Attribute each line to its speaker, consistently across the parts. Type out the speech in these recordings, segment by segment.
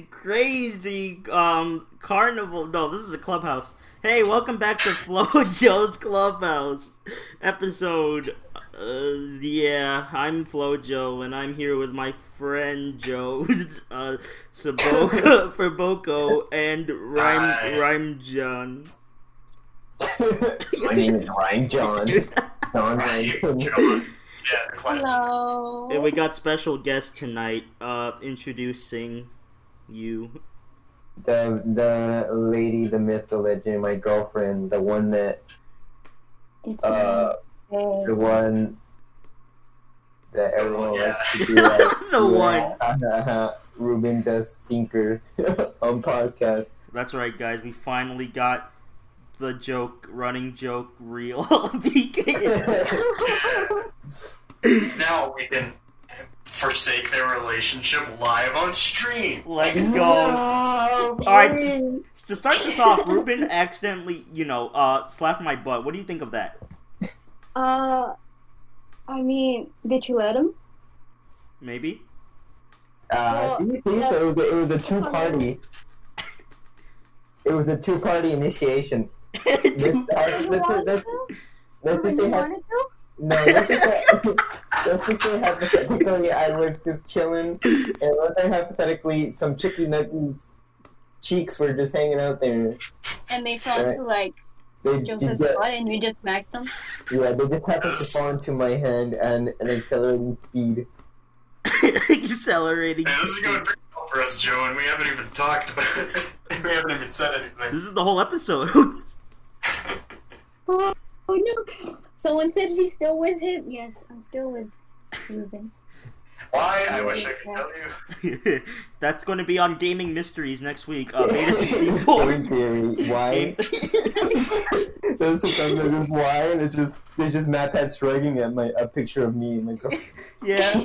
Speaker 1: crazy um carnival. No, this is a clubhouse. Hey, welcome back to Flo Joe's Clubhouse episode. Uh, yeah, I'm Flo Joe, and I'm here with my friend Joe uh, Saboka for Boko and Rhyme
Speaker 2: Hi.
Speaker 1: Rhyme John.
Speaker 3: My name is Ryan John. John Ryan.
Speaker 2: John. Yeah, classic.
Speaker 4: Hello.
Speaker 1: And we got special guest tonight, uh, introducing you.
Speaker 3: The the lady, the myth, the legend, my girlfriend, the one that
Speaker 4: It's
Speaker 3: uh
Speaker 4: me.
Speaker 3: the one that everyone
Speaker 2: Yeah.
Speaker 3: likes to be like.
Speaker 1: The
Speaker 3: one. Ruben the stinker on podcast.
Speaker 1: That's right, guys. We finally got the joke, running joke, real. Beacon.
Speaker 2: Now we can forsake their relationship live on stream.
Speaker 1: Let's go. All right, to,
Speaker 4: Yay.
Speaker 1: to start this off, Ruben accidentally, you know, uh, slapped my butt. What do you think of that?
Speaker 4: Uh, I mean, did you let him?
Speaker 1: Maybe.
Speaker 3: Uh,
Speaker 4: Well,
Speaker 3: see, see, so it was a- it was a two party. It was a two party initiation. Let's,
Speaker 1: Two-
Speaker 3: uh,
Speaker 4: Did you
Speaker 3: let's,
Speaker 4: want
Speaker 3: let's,
Speaker 4: to?
Speaker 3: let's
Speaker 4: Did
Speaker 3: just
Speaker 4: you
Speaker 3: say how
Speaker 4: wanted to?
Speaker 3: No, let's just say, let's just say hypothetically I was just chilling, and let's say hypothetically some chicky nuggets cheeks were just hanging out there.
Speaker 4: And they fell
Speaker 3: Alright.
Speaker 4: into like
Speaker 3: They, they
Speaker 4: Joseph's
Speaker 3: just-
Speaker 4: butt, and you just smacked them.
Speaker 3: yeah, they just happened to fall into my hand and an accelerating speed.
Speaker 1: Accelerating.
Speaker 2: Man, this is going pretty well for us, Joe, and we haven't even talked about it. We haven't even said anything.
Speaker 1: This is the whole episode.
Speaker 4: Oh, oh, no! Someone said she's still with him. Yes, I'm still with Ruben.
Speaker 2: Why? I wish I could tell you.
Speaker 1: That's going to be on Gaming Mysteries next week. Uh, Beta 64.
Speaker 3: Game theory. Why?
Speaker 1: Game-
Speaker 3: There's sometimes I just why, and it's just they just map at shrugging at my a picture of me oh, and my girl.
Speaker 1: yeah.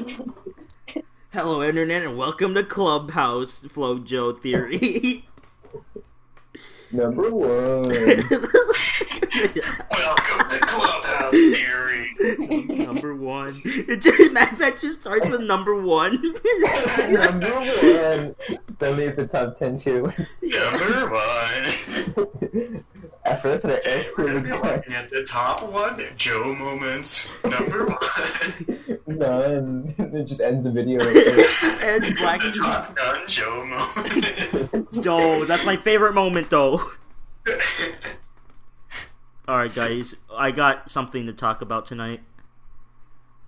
Speaker 1: Hello, Internet, and welcome to Clubhouse Flow Joe Theory.
Speaker 3: Number one.
Speaker 1: Number
Speaker 2: Welcome to Clubhouse Theory.
Speaker 1: one. It just, that, that just starts with number one.
Speaker 3: Number one. That made the top ten too.
Speaker 2: Number one.
Speaker 3: After that's an
Speaker 2: Today we're going to be
Speaker 3: extra
Speaker 2: looking at the top one Joe moments. Number one.
Speaker 3: none. It just ends the video.
Speaker 1: and Black
Speaker 2: The top none Joe moment.
Speaker 1: Doe. That's my favorite moment, though. Alright, guys. I got something to talk about tonight.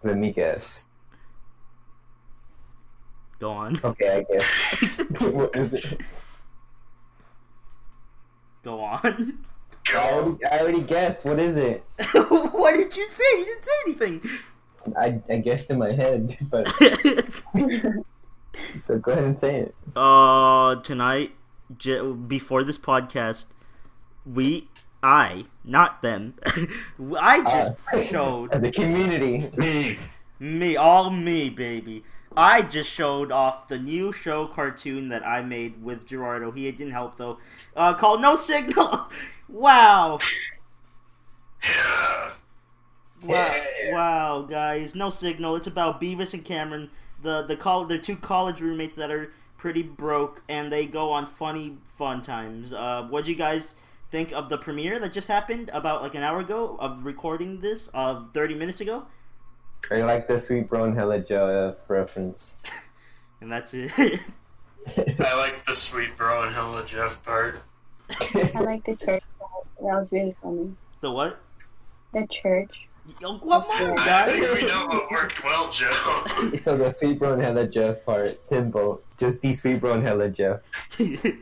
Speaker 3: Let me guess.
Speaker 1: Go on.
Speaker 3: Okay, I guess. what is it?
Speaker 1: Go on.
Speaker 3: I
Speaker 2: Go.
Speaker 3: already, I already guessed. What is it?
Speaker 1: what did you say? You didn't say anything.
Speaker 3: I, I guessed in my head, but so go ahead and say it.
Speaker 1: uh, tonight, j- before this podcast, we, I, not them, I just
Speaker 3: Uh,
Speaker 1: showed
Speaker 3: the community.
Speaker 2: Me.
Speaker 1: me, all me, baby. I just showed off the new show cartoon that I made with Gerardo. He didn't help though. Uh, called No Signal. wow.
Speaker 2: Yeah.
Speaker 1: Wow,
Speaker 3: Yeah.
Speaker 1: wow, guys, no signal. It's about Beavis and Cameron, the the col- they're two college roommates that are pretty broke, and they go on funny fun times. Uh, what do you guys think of the premiere that just happened about like an hour ago of recording this of thirty minutes ago?
Speaker 3: I like the sweet brown hella Joe uh, reference.
Speaker 1: And that's it.
Speaker 2: I like the sweet bro and hella Jeff part.
Speaker 4: I like the church. part. That was really funny.
Speaker 1: the what?
Speaker 4: The church.
Speaker 1: Yo, What more,
Speaker 2: I
Speaker 1: guys?
Speaker 2: think we know what worked well, Joe.
Speaker 3: so the sweet brown hella Jeff part, simple. Just the sweet brown hella Jeff.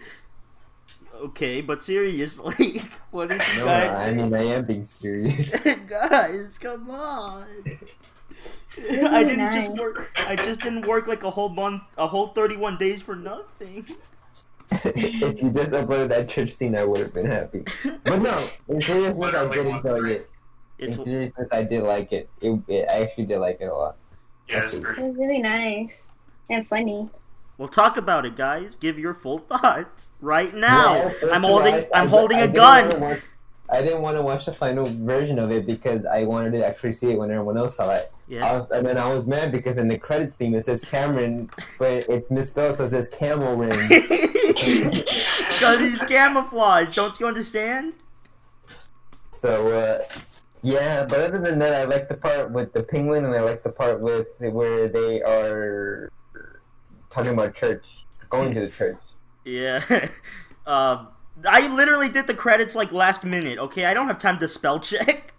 Speaker 1: okay, but seriously, what did you
Speaker 3: No,
Speaker 1: guys?
Speaker 3: I mean I am being serious.
Speaker 1: guys, come on. I didn't just
Speaker 4: nice.
Speaker 1: work. I just didn't work like a whole month, a whole thirty-one days for nothing.
Speaker 3: if you just uploaded that church scene, I would have been happy. But no, in seriousness, I did enjoy it. In
Speaker 1: It's
Speaker 3: seriousness, I did like it. it. It, I actually did like it a lot.
Speaker 2: Yeah, it's
Speaker 4: It
Speaker 2: pretty.
Speaker 4: was really nice and funny.
Speaker 1: we'll talk about it, guys. Give your full thoughts right now.
Speaker 3: Yeah,
Speaker 1: I'm holding.
Speaker 3: I-
Speaker 1: I'm
Speaker 3: I-
Speaker 1: holding
Speaker 3: I
Speaker 1: a
Speaker 3: did
Speaker 1: gun.
Speaker 3: wanna watch- I didn't want to watch the final version of it because I wanted to actually see it when everyone else saw it. I
Speaker 1: Yeah.
Speaker 3: was, and then I was mad because in the credits theme it says Cameron, but it's misspelled, so it says Cameron.
Speaker 1: Because he's camouflaged. Don't you understand?
Speaker 3: so, uh, yeah, but other than that, I like the part with the penguin and I like the part with where they are talking about church, going to the church.
Speaker 1: Yeah. Um, I literally did the credits like last minute. Okay, I don't have time to spell check.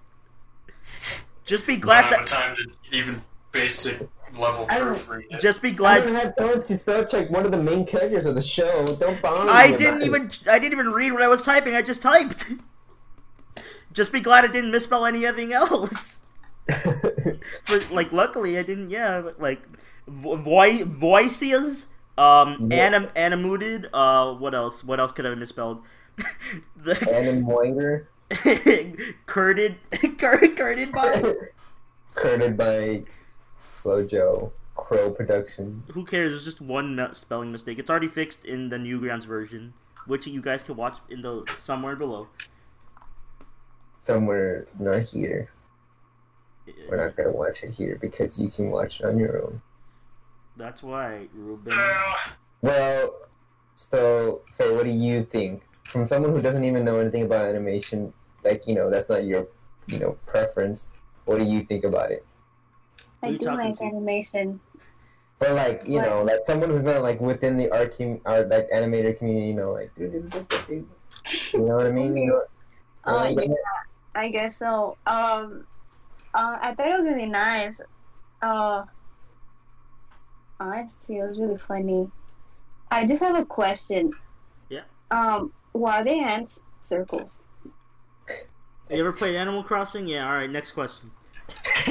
Speaker 1: Just be glad
Speaker 2: I don't
Speaker 1: that.
Speaker 2: have time to even basic level
Speaker 3: I don't-
Speaker 2: proofread. it.
Speaker 1: Just be
Speaker 3: I don't
Speaker 1: glad.
Speaker 3: have time to spell check one of the main characters of the show. Don't bother me
Speaker 1: I
Speaker 3: about
Speaker 1: didn't
Speaker 3: it.
Speaker 1: even. I didn't even read what I was typing. I just typed. Just be glad I didn't misspell anything else. For like, luckily I didn't. Yeah, but, like, vo- voi- voices. Um,
Speaker 3: Yeah.
Speaker 1: anim- animated. Uh, what else? What else could I have misspelled? the,
Speaker 3: Adam Moinger,
Speaker 1: curded, cur- curded by.
Speaker 3: created by Flojo Crow Production.
Speaker 1: Who cares? It's just one me- spelling mistake. It's already fixed in the Newgrounds version, which you guys can watch in the somewhere below.
Speaker 3: Somewhere not here. We're not gonna watch it here because you can watch it on your own.
Speaker 1: That's why Ruben.
Speaker 2: Yeah.
Speaker 3: Well, so Faye, what do you think? From someone who doesn't even know anything about animation, like you know, that's not your you know preference. What do you think about it?
Speaker 1: Who
Speaker 4: I
Speaker 1: you
Speaker 4: do
Speaker 1: talking
Speaker 4: like
Speaker 1: to?
Speaker 4: animation.
Speaker 3: But like you know, like someone who's not like within the art, com- art like animator community, you know, like you know what I mean? You know,
Speaker 4: Uh,
Speaker 3: you know what I
Speaker 4: yeah,
Speaker 3: mean?
Speaker 4: I guess so. Um, uh, I thought it was really nice. Uh, honestly, it was really funny. I just have a question.
Speaker 1: Yeah.
Speaker 4: Um, why are they hands circles?
Speaker 1: You ever played Animal Crossing? Yeah. All right. Next question.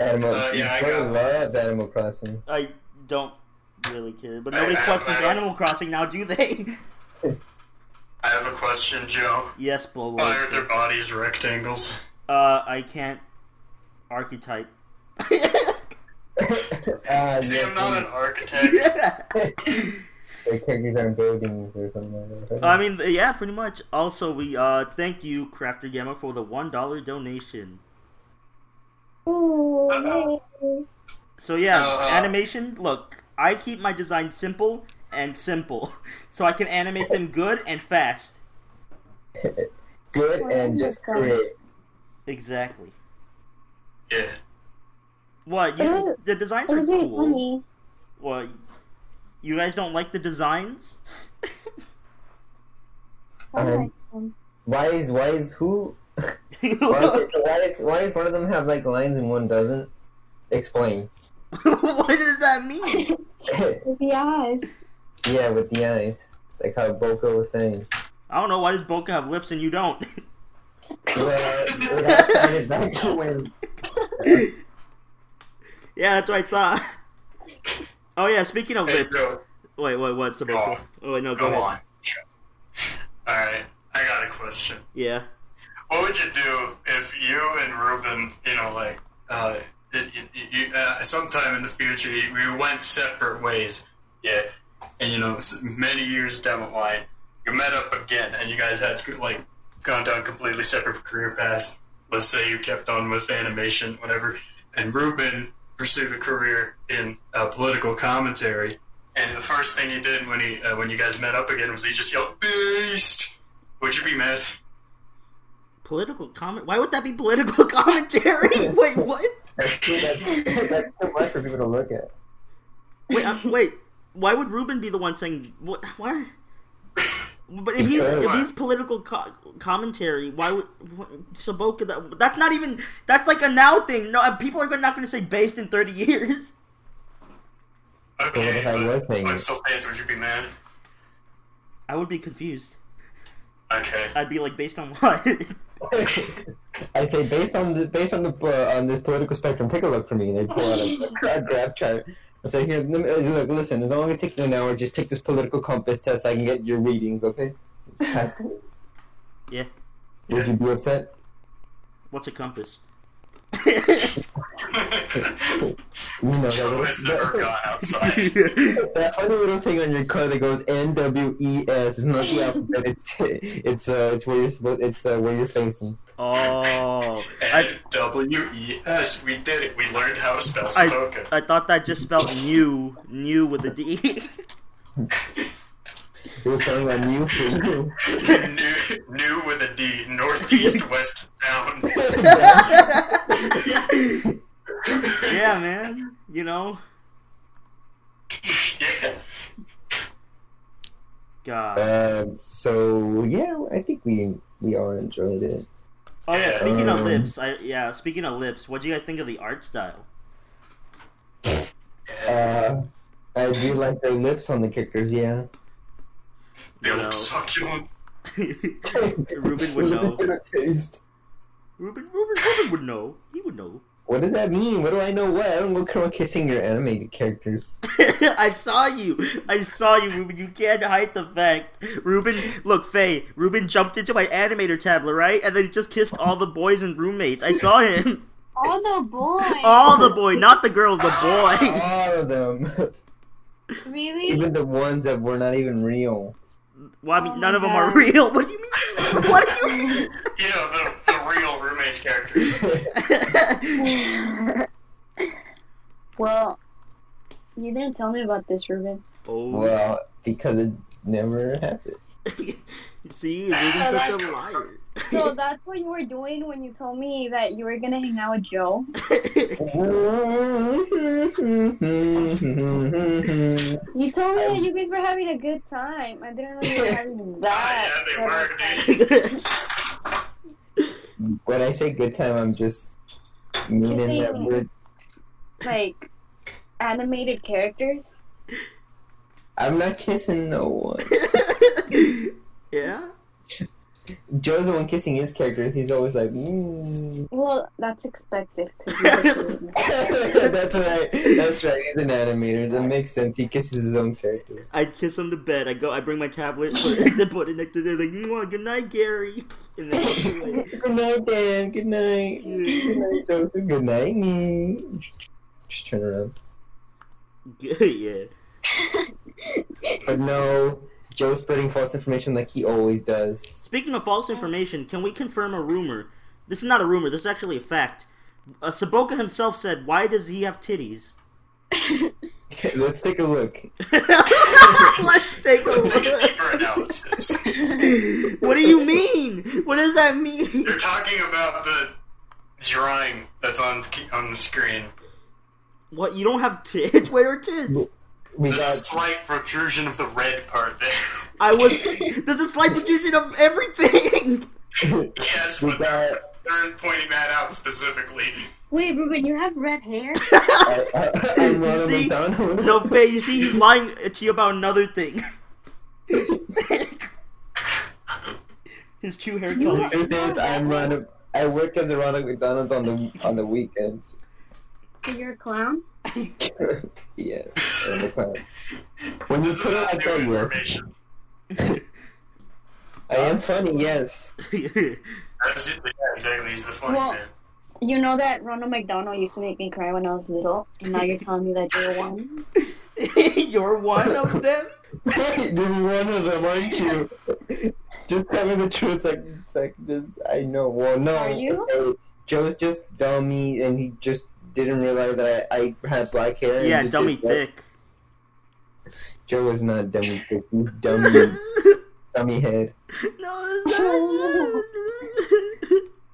Speaker 3: Animal.
Speaker 2: Uh, yeah, I
Speaker 3: I
Speaker 2: got-
Speaker 3: love Animal Crossing.
Speaker 1: I don't really care, but
Speaker 2: I-
Speaker 1: nobody
Speaker 2: I-
Speaker 1: questions
Speaker 2: I-
Speaker 1: Animal Crossing now, do they?
Speaker 2: I have a question, Joe.
Speaker 1: yes, below.
Speaker 2: Why are their bodies rectangles?
Speaker 1: Uh, I can't archetype.
Speaker 3: Ah,
Speaker 2: See, I'm not an
Speaker 3: yeah,
Speaker 2: architect.
Speaker 3: the characters aren't buildings or something like that.
Speaker 1: I mean, yeah, pretty much. Also, we uh thank you, Crafter Gamma, for the one dollar donation.
Speaker 4: Ooh,
Speaker 2: Uh-oh.
Speaker 4: yay.
Speaker 1: So yeah,
Speaker 2: Uh,
Speaker 1: animation. Look, I keep my design simple and simple, so I can animate them good and fast.
Speaker 3: good and just create.
Speaker 1: Exactly.
Speaker 2: yeah.
Speaker 1: What you, the designs
Speaker 4: Uh, It
Speaker 1: are
Speaker 4: was really
Speaker 1: cool.
Speaker 4: funny.
Speaker 1: What you guys don't like the designs?
Speaker 4: I
Speaker 3: Um,
Speaker 4: like them.
Speaker 3: Why is why is who? Why is,
Speaker 1: what
Speaker 3: why is why is one of them have like lines and one doesn't? Explain.
Speaker 1: does that mean?
Speaker 4: With the eyes.
Speaker 3: yeah, with the eyes, like how Boko was saying.
Speaker 1: I don't know. Why does Boca have lips and you don't?
Speaker 3: Well, it all started back to when
Speaker 1: yeah, that's what I thought. Oh yeah, speaking of
Speaker 2: Hey,
Speaker 1: lips.
Speaker 2: Joe,
Speaker 1: Wait, wait, what? Somebody.
Speaker 2: Go
Speaker 1: Oh,
Speaker 2: on.
Speaker 1: wait, no, go,
Speaker 2: go
Speaker 1: ahead.
Speaker 2: on. Alright, I got a question.
Speaker 1: Yeah.
Speaker 2: What would you do if you and Ruben, you know, like, uh, it, it, you, uh, sometime in the future, you- we went separate ways, yeah, and you know, s- many years down the line, you met up again, and you guys had like gone down completely separate career paths. Let's say you kept on with animation, whatever, and Ruben pursued a career in uh, political commentary. And the first thing he did when he uh, when you guys met up again was he just yelled "Beast." Would you be mad?
Speaker 1: Political comment? Why would that be political commentary? wait, what?
Speaker 3: that's too, that's, that's too much for people to look at.
Speaker 1: Wait, uh, wait. Why would Ruben be the one saying what? what? But if he's if he's political co- commentary, why would what, Saboka? That, that's not even that's like a now thing. No, uh, people are gonna- not going to say based in thirty years.
Speaker 3: what
Speaker 2: Okay,
Speaker 3: if I was
Speaker 2: but,
Speaker 3: hanging?
Speaker 2: but still fans, would you be mad?
Speaker 1: I would be confused.
Speaker 2: Okay.
Speaker 1: I'd be like, based on what?
Speaker 3: I say based on the based on the uh, on this political spectrum, take a look for me. And they pull out a, a graph chart. I say here, let me, uh, look, listen. As long as it takes you an hour, just take this political compass test. I can get your readings, okay? Ask me.
Speaker 1: yeah.
Speaker 3: Would you be upset?
Speaker 1: What's a compass?
Speaker 2: Joe
Speaker 3: You know, that,
Speaker 2: has never
Speaker 3: little,
Speaker 2: gone
Speaker 3: that,
Speaker 2: outside.
Speaker 3: that funny little thing on your car that goes N W E S is not the alphabet. It's it's uh it's where you're supposed it's uh, where you're facing.
Speaker 1: oh, I,
Speaker 2: And W E S, we did it. We learned how to spell
Speaker 1: I-
Speaker 2: Sudoku.
Speaker 1: I thought that just spelled new, new with a D.
Speaker 3: It was something on you for you.
Speaker 2: new, new with a D, northeast west down.
Speaker 1: yeah, man. You know,
Speaker 2: yeah.
Speaker 1: God.
Speaker 3: Um, so yeah, I think we we all enjoyed it.
Speaker 1: Oh yeah. Speaking of
Speaker 3: Um,
Speaker 1: lips, I yeah. Speaking of lips, what do you guys think of the art style?
Speaker 3: Uh, I do like their lips on the kickers. Yeah.
Speaker 2: They
Speaker 1: No.
Speaker 2: look succulent.
Speaker 1: Ruben would know.
Speaker 3: Taste.
Speaker 1: Ruben, Ruben, Ruben would know. He would know.
Speaker 3: What does that mean? What do I know? What I don't look around kissing your animated characters.
Speaker 1: I saw you. I saw you, Ruben. You can't hide the fact. Ruben, look, Faye. Ruben jumped into my animator tablet, right? And then he just kissed all the boys and roommates. I saw him.
Speaker 4: All the boys.
Speaker 1: All the boy, not the girls, the boys.
Speaker 3: All of them,
Speaker 4: Really?
Speaker 3: even the ones that were not even real.
Speaker 1: Well, I
Speaker 4: Oh
Speaker 1: mean,
Speaker 4: my
Speaker 1: none of them are
Speaker 4: God.
Speaker 1: real. What do you mean? What do you mean?
Speaker 2: You know, the, the real roommates characters.
Speaker 4: well, you didn't tell me about this, Ruben.
Speaker 1: oh,
Speaker 3: well, because it never happened.
Speaker 1: see, Ruben's such a
Speaker 4: So
Speaker 1: liar.
Speaker 4: that's what you were doing when you told me that you were gonna hang out with Joe. You told me that you guys were having a good time. I didn't know you were having that.
Speaker 2: Ah, yeah, they
Speaker 4: kind of
Speaker 2: were,
Speaker 4: time.
Speaker 2: dude.
Speaker 3: when I say good time, I'm just meaning that we're.
Speaker 4: Like animated characters.
Speaker 3: I'm not kissing no one.
Speaker 1: yeah.
Speaker 3: Joe's the one kissing his characters. He's always like, mm.
Speaker 4: Well, that's expected. 'cause you were doing that.
Speaker 3: that's right. That's right. He's an animator. That makes sense. He kisses his own characters.
Speaker 1: I kiss him to bed. I go. I bring my tablet. Put it, to put it next to there. Like, "Mwah, good night, Gary. And then walk away.
Speaker 3: Good night, Dan. Good night. Good night, Joe. Good night. Mm. Just turn around.
Speaker 1: yeah.
Speaker 3: But no, Joe's spreading false information like he always does.
Speaker 1: Speaking of false information, can we confirm a rumor? This is not a rumor. This is actually a fact. Uh, Saboka himself said, "Why does he have titties?"
Speaker 3: Let's take a look.
Speaker 1: Let's take a
Speaker 2: Let's get
Speaker 1: look.
Speaker 2: deeper analysis.
Speaker 1: What do you mean? What does that mean?
Speaker 2: You're talking about the drawing that's on on the screen.
Speaker 1: What? You don't have tits? Where are tits?
Speaker 3: We
Speaker 2: There's a
Speaker 3: got
Speaker 2: slight protrusion of the red part there.
Speaker 1: I was. There's a slight protrusion of everything.
Speaker 2: yes,
Speaker 3: we
Speaker 2: but they're,
Speaker 3: got.
Speaker 2: they're pointing that out specifically.
Speaker 4: Wait, Ruben, you have red hair?
Speaker 3: I, I, I'm
Speaker 1: You
Speaker 3: Ronald
Speaker 1: see?
Speaker 3: McDonald.
Speaker 1: No, Faye. You see, he's lying to you about another thing. His true hair color.
Speaker 3: Truth is, I'm Ronald. I work as a Ronald McDonald's on the on the weekends.
Speaker 4: So you're a clown?
Speaker 3: yes, on the cloud. When you
Speaker 2: This is
Speaker 3: put it,
Speaker 2: not
Speaker 3: I
Speaker 2: new
Speaker 3: tell you,
Speaker 2: information.
Speaker 3: I am funny. Yes,
Speaker 2: That's it, yeah, exactly. He's the funny
Speaker 4: Well-
Speaker 2: man.
Speaker 4: You know that Ronald McDonald used to make me cry when I was little, and now you're telling me that you're one?
Speaker 1: You're one of them.
Speaker 3: you're one of them, aren't you? Just tell me the truth. Like, it's like just I know. Well, no.
Speaker 4: Are you?
Speaker 3: okay, Joe's just dummy, and he just didn't realize that I, I had black hair. and
Speaker 1: Yeah,
Speaker 3: he
Speaker 1: dummy
Speaker 3: just- like,
Speaker 1: thick.
Speaker 3: Joe was not dummy thick. He's
Speaker 1: no,
Speaker 3: dummy, dummy head.
Speaker 1: it's not.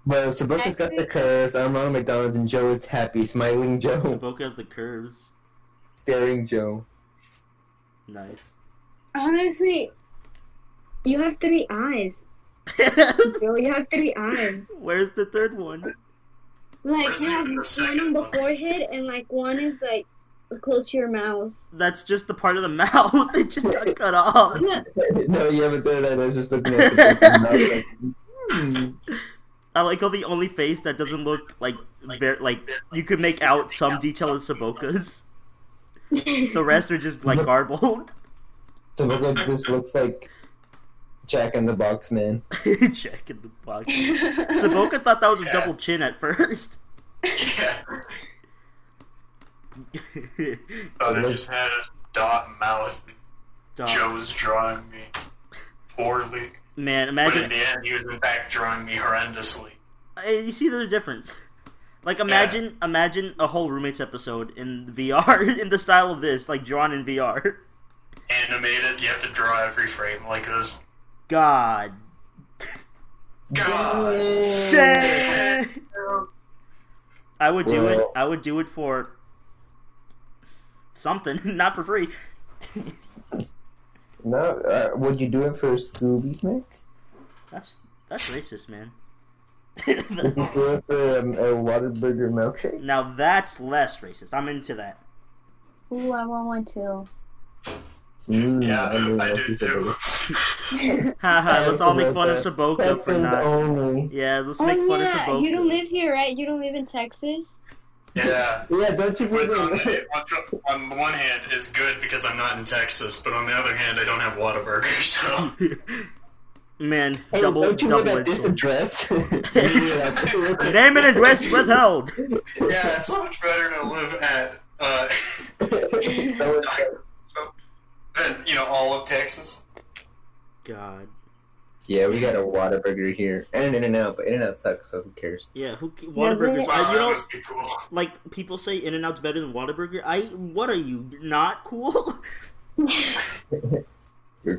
Speaker 3: Well, Saboka's got the curves. I'm Ronald McDonald's, and Joe is happy, smiling Joe,
Speaker 1: Saboka has the curves.
Speaker 3: staring Joe.
Speaker 1: Nice.
Speaker 4: Honestly, you have three eyes. Yo, you have three eyes.
Speaker 1: Where's the third one?
Speaker 4: Like
Speaker 2: you have one on the
Speaker 4: forehead, and like one is like close to your mouth.
Speaker 1: That's just the part of the mouth. It just got cut off.
Speaker 3: no, you haven't done that. I was just looking at the picture and I was like, hmm.
Speaker 1: I like how the only face that doesn't look like ver- like you could make out some detail is Saboka's. The rest are just like garbled.
Speaker 3: So look like this looks like Jack in the Box Man.
Speaker 1: Check in the box. Saboka thought that was a double chin at first.
Speaker 2: Yeah. Thought I just had a dot mouth.
Speaker 3: Oh.
Speaker 1: Dog.
Speaker 2: Joe's drawing me poorly.
Speaker 1: Man,
Speaker 2: But in
Speaker 1: imagine.
Speaker 2: the end, he was in fact drawing me horrendously.
Speaker 1: Uh, You see, there's a difference. Like, imagine, imagine a whole roommates episode in VR, in the style of this, like drawn in VR.
Speaker 2: Animated, you have to draw every frame like this.
Speaker 1: God
Speaker 2: God!
Speaker 1: damn. I would do it.
Speaker 3: Well-
Speaker 1: I would do it for something, not for free.
Speaker 3: No, uh, would you do it for Scooby's neck?
Speaker 1: That's that's racist, man.
Speaker 3: Would you do it for um, a Waterburger milkshake?
Speaker 1: now that's less racist. I'm into that.
Speaker 4: Ooh, I want one too.
Speaker 3: Mm,
Speaker 2: Yeah, I do
Speaker 3: she's a
Speaker 2: too.
Speaker 3: baby.
Speaker 1: Haha, let's all make fun of
Speaker 3: That's
Speaker 1: Saboka for
Speaker 3: Texans
Speaker 1: not.
Speaker 3: only.
Speaker 1: Yeah, let's
Speaker 4: oh
Speaker 1: make fun of
Speaker 4: yeah, you don't
Speaker 1: Saboka.
Speaker 4: live here, right? You don't live in Texas.
Speaker 2: Yeah.
Speaker 3: Yeah, don't you
Speaker 2: But on,
Speaker 3: believe it?
Speaker 2: the, on the one hand, it's good because I'm not in Texas, but on the other hand, I don't have Whataburger, so.
Speaker 1: Man,
Speaker 3: Hey,
Speaker 1: double
Speaker 3: don't you live
Speaker 1: double
Speaker 3: at
Speaker 1: edged.
Speaker 3: this
Speaker 1: sword.
Speaker 3: address?
Speaker 1: Name and address withheld.
Speaker 2: Yeah, it's so much better to live at, uh, so, than, you know, all of Texas.
Speaker 1: God.
Speaker 3: yeah, we got a Whataburger here. And an In-N-Out, but In-N-Out sucks, so who cares?
Speaker 1: Yeah, who ca- Whataburger's uh,
Speaker 2: Wow,
Speaker 1: you
Speaker 2: that
Speaker 1: don't
Speaker 2: must be cool.
Speaker 1: like people say In and Out's better than Whataburger. I what are you not cool?
Speaker 3: You're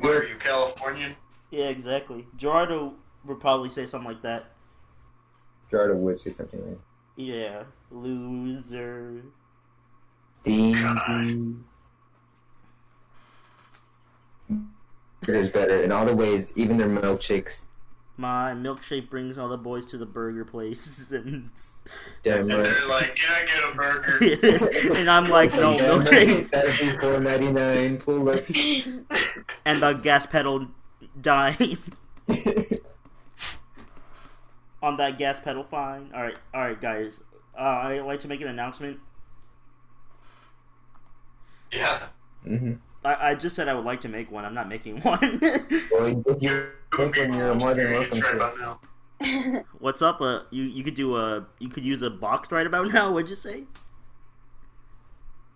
Speaker 2: What are you, Californian?
Speaker 1: yeah, exactly. Gerardo would probably say something like that.
Speaker 3: Gerardo would say something like
Speaker 1: Yeah, loser.
Speaker 2: Mm-hmm.
Speaker 3: Ding. Burger's better in all the ways, even their milkshakes.
Speaker 1: My milkshake brings all the boys to the burger place, and
Speaker 3: Damn
Speaker 2: And
Speaker 3: right.
Speaker 2: they're like, can I get a burger?
Speaker 1: and I'm like, no
Speaker 3: Damn right.
Speaker 1: milkshake,
Speaker 3: That'd be four ninety nine. Pull up.
Speaker 1: and the gas pedal dying on that gas pedal. Fine. All right, all right, guys. Uh, I like to make an announcement.
Speaker 2: Yeah.
Speaker 3: mm-hmm.
Speaker 1: I, I just said I would like to make one. I'm not making one.
Speaker 3: Well, if you think when you're more than
Speaker 2: It's
Speaker 3: welcome
Speaker 2: right
Speaker 3: to.
Speaker 2: about now.
Speaker 1: What's up? Uh, you you could do a you could use a box right about now. What'd you say?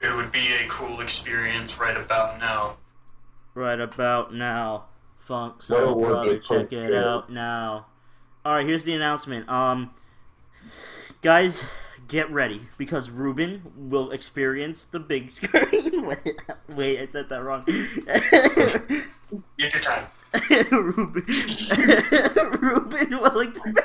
Speaker 2: It would be a cool experience right about now.
Speaker 1: Right about now, Funk
Speaker 3: What a
Speaker 1: Soul
Speaker 3: word
Speaker 1: Brother,
Speaker 3: they call
Speaker 1: check it
Speaker 3: it.
Speaker 1: out now. All right, here's the announcement. Um, guys, get ready because Ruben will experience the big screen. wait, wait, I said that wrong.
Speaker 2: Get your time.
Speaker 1: Ruben, Ruben will experience.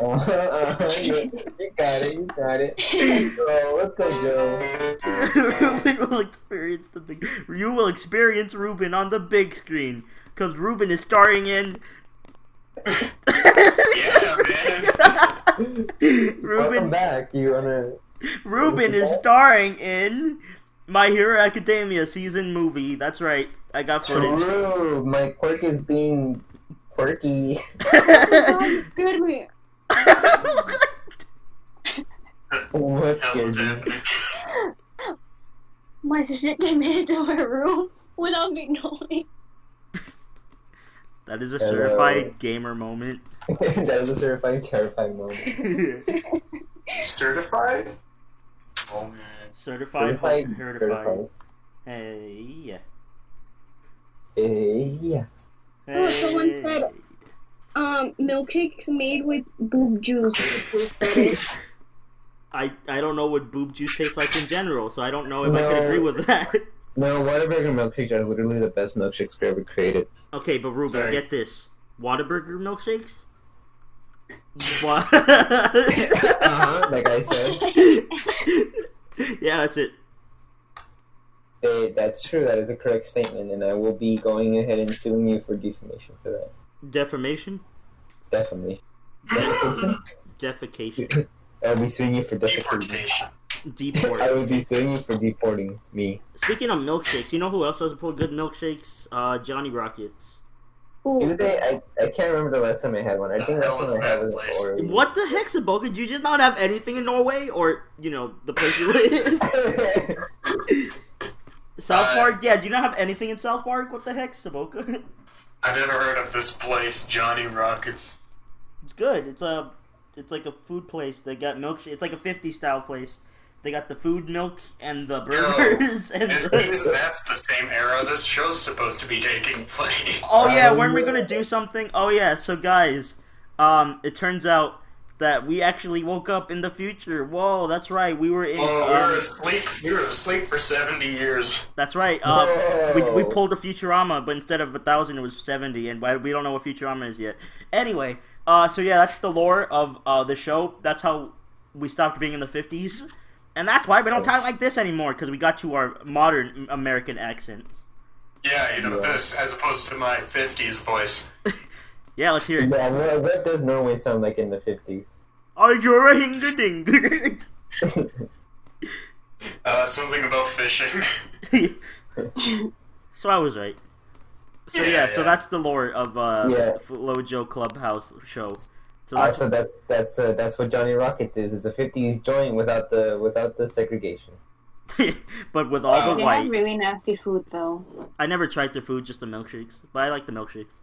Speaker 3: Uh-huh, uh-huh, you you got it. You got it. Joe, let's go, Joe.
Speaker 1: Ruben will experience the big. You will experience Ruben on the big screen because Ruben is starring in.
Speaker 2: Yeah, man.
Speaker 3: Welcome
Speaker 1: Ruben,
Speaker 3: back. You wanna?
Speaker 1: Ruben is starring in My Hero Academia season movie. That's right. I got footage.
Speaker 3: True. My quirk is being quirky.
Speaker 4: so good we.
Speaker 3: What's
Speaker 2: That was
Speaker 3: good?
Speaker 2: happening.
Speaker 4: My shit they made it to my room without me knowing.
Speaker 1: that is a
Speaker 3: Hello.
Speaker 1: certified gamer moment.
Speaker 3: that was a terrifying, terrifying moment.
Speaker 2: Certified? Oh, man.
Speaker 1: certified,
Speaker 3: Terrifying,
Speaker 1: certified, certified.
Speaker 3: terrifying.
Speaker 1: Hey, yeah.
Speaker 3: Eh, yeah.
Speaker 4: Oh, someone
Speaker 1: Hey.
Speaker 4: said- Um, milkshakes made with boob juice. Boob
Speaker 1: I, I don't know what boob juice tastes like in general, so I don't know if I
Speaker 3: No.
Speaker 1: can agree with that.
Speaker 3: No, Whataburger milkshakes are literally the best milkshakes we ever created.
Speaker 1: Okay, but Ruben,
Speaker 2: Sorry.
Speaker 1: get this: Whataburger milkshakes. Wha-
Speaker 3: Uh-huh, like I said.
Speaker 1: yeah, that's it.
Speaker 3: Eh, that's true. That is the correct statement, and I will be going ahead and suing you for defamation for that.
Speaker 1: Defamation,
Speaker 3: Definitely.
Speaker 1: defecation,
Speaker 3: I'll be suing you for defamation.
Speaker 2: Deportation.
Speaker 3: I
Speaker 1: deport.
Speaker 3: will be suing you for deporting me.
Speaker 1: Speaking of milkshakes, you know who else doesn't pull good milkshakes? Uh, Johnny Rockets.
Speaker 3: Do they? I, I can't remember the last time I had one. I think the
Speaker 2: How
Speaker 3: last
Speaker 2: is
Speaker 3: time I had
Speaker 2: that
Speaker 3: was
Speaker 2: place?
Speaker 3: Oreo.
Speaker 1: What the heck, Saboka? Did you just not have anything in Norway, or you know the place you live? South
Speaker 2: Uh,
Speaker 1: Park? Yeah, do you not have anything in South Park? What the heck, Saboka?
Speaker 2: I've never heard of this place, Johnny Rockets.
Speaker 1: It's good. It's a, it's like a food place. They got milkshake. It's like a 50 style place. They got the food milk and the burgers and
Speaker 2: If, if
Speaker 1: the...
Speaker 2: that's the same era this show's supposed to be taking place.
Speaker 1: Oh yeah, weren't we gonna do something? Oh yeah, so guys, um, it turns out that we actually woke up in the future. Whoa, that's right. We were in.
Speaker 2: Oh, we were
Speaker 1: um,
Speaker 2: asleep. We were asleep for seventy years.
Speaker 1: that's right. Um, we, we
Speaker 3: Whoa.
Speaker 1: pulled a Futurama, but instead of a thousand, it was seventy, and why- we don't know what Futurama is yet. Anyway, uh, so yeah, that's the lore of uh, the show. That's how we stopped being in the fifties, and that's why we don't talk like this anymore because we got to our modern American accents.
Speaker 2: Yeah, you know
Speaker 3: Yeah.
Speaker 2: this as opposed to my fifties voice.
Speaker 1: Yeah, let's hear it.
Speaker 3: Yeah, what, what does Norway sound like in the 50s?
Speaker 1: Are you a hing-a-ding?
Speaker 2: Uh, something about fishing.
Speaker 1: so I was right. So yeah,
Speaker 2: Yeah,
Speaker 1: so
Speaker 2: yeah.
Speaker 1: that's the lore of uh,
Speaker 3: Yeah.
Speaker 1: Flojo Clubhouse show. So
Speaker 3: Ah,
Speaker 1: that's
Speaker 3: so that's that's uh, that's what Johnny Rockets is. It's a 50s joint without the without the segregation.
Speaker 1: but with all the
Speaker 4: They
Speaker 1: white.
Speaker 4: had really nasty food though.
Speaker 1: I never tried their food, just the milkshakes. But I like the milkshakes.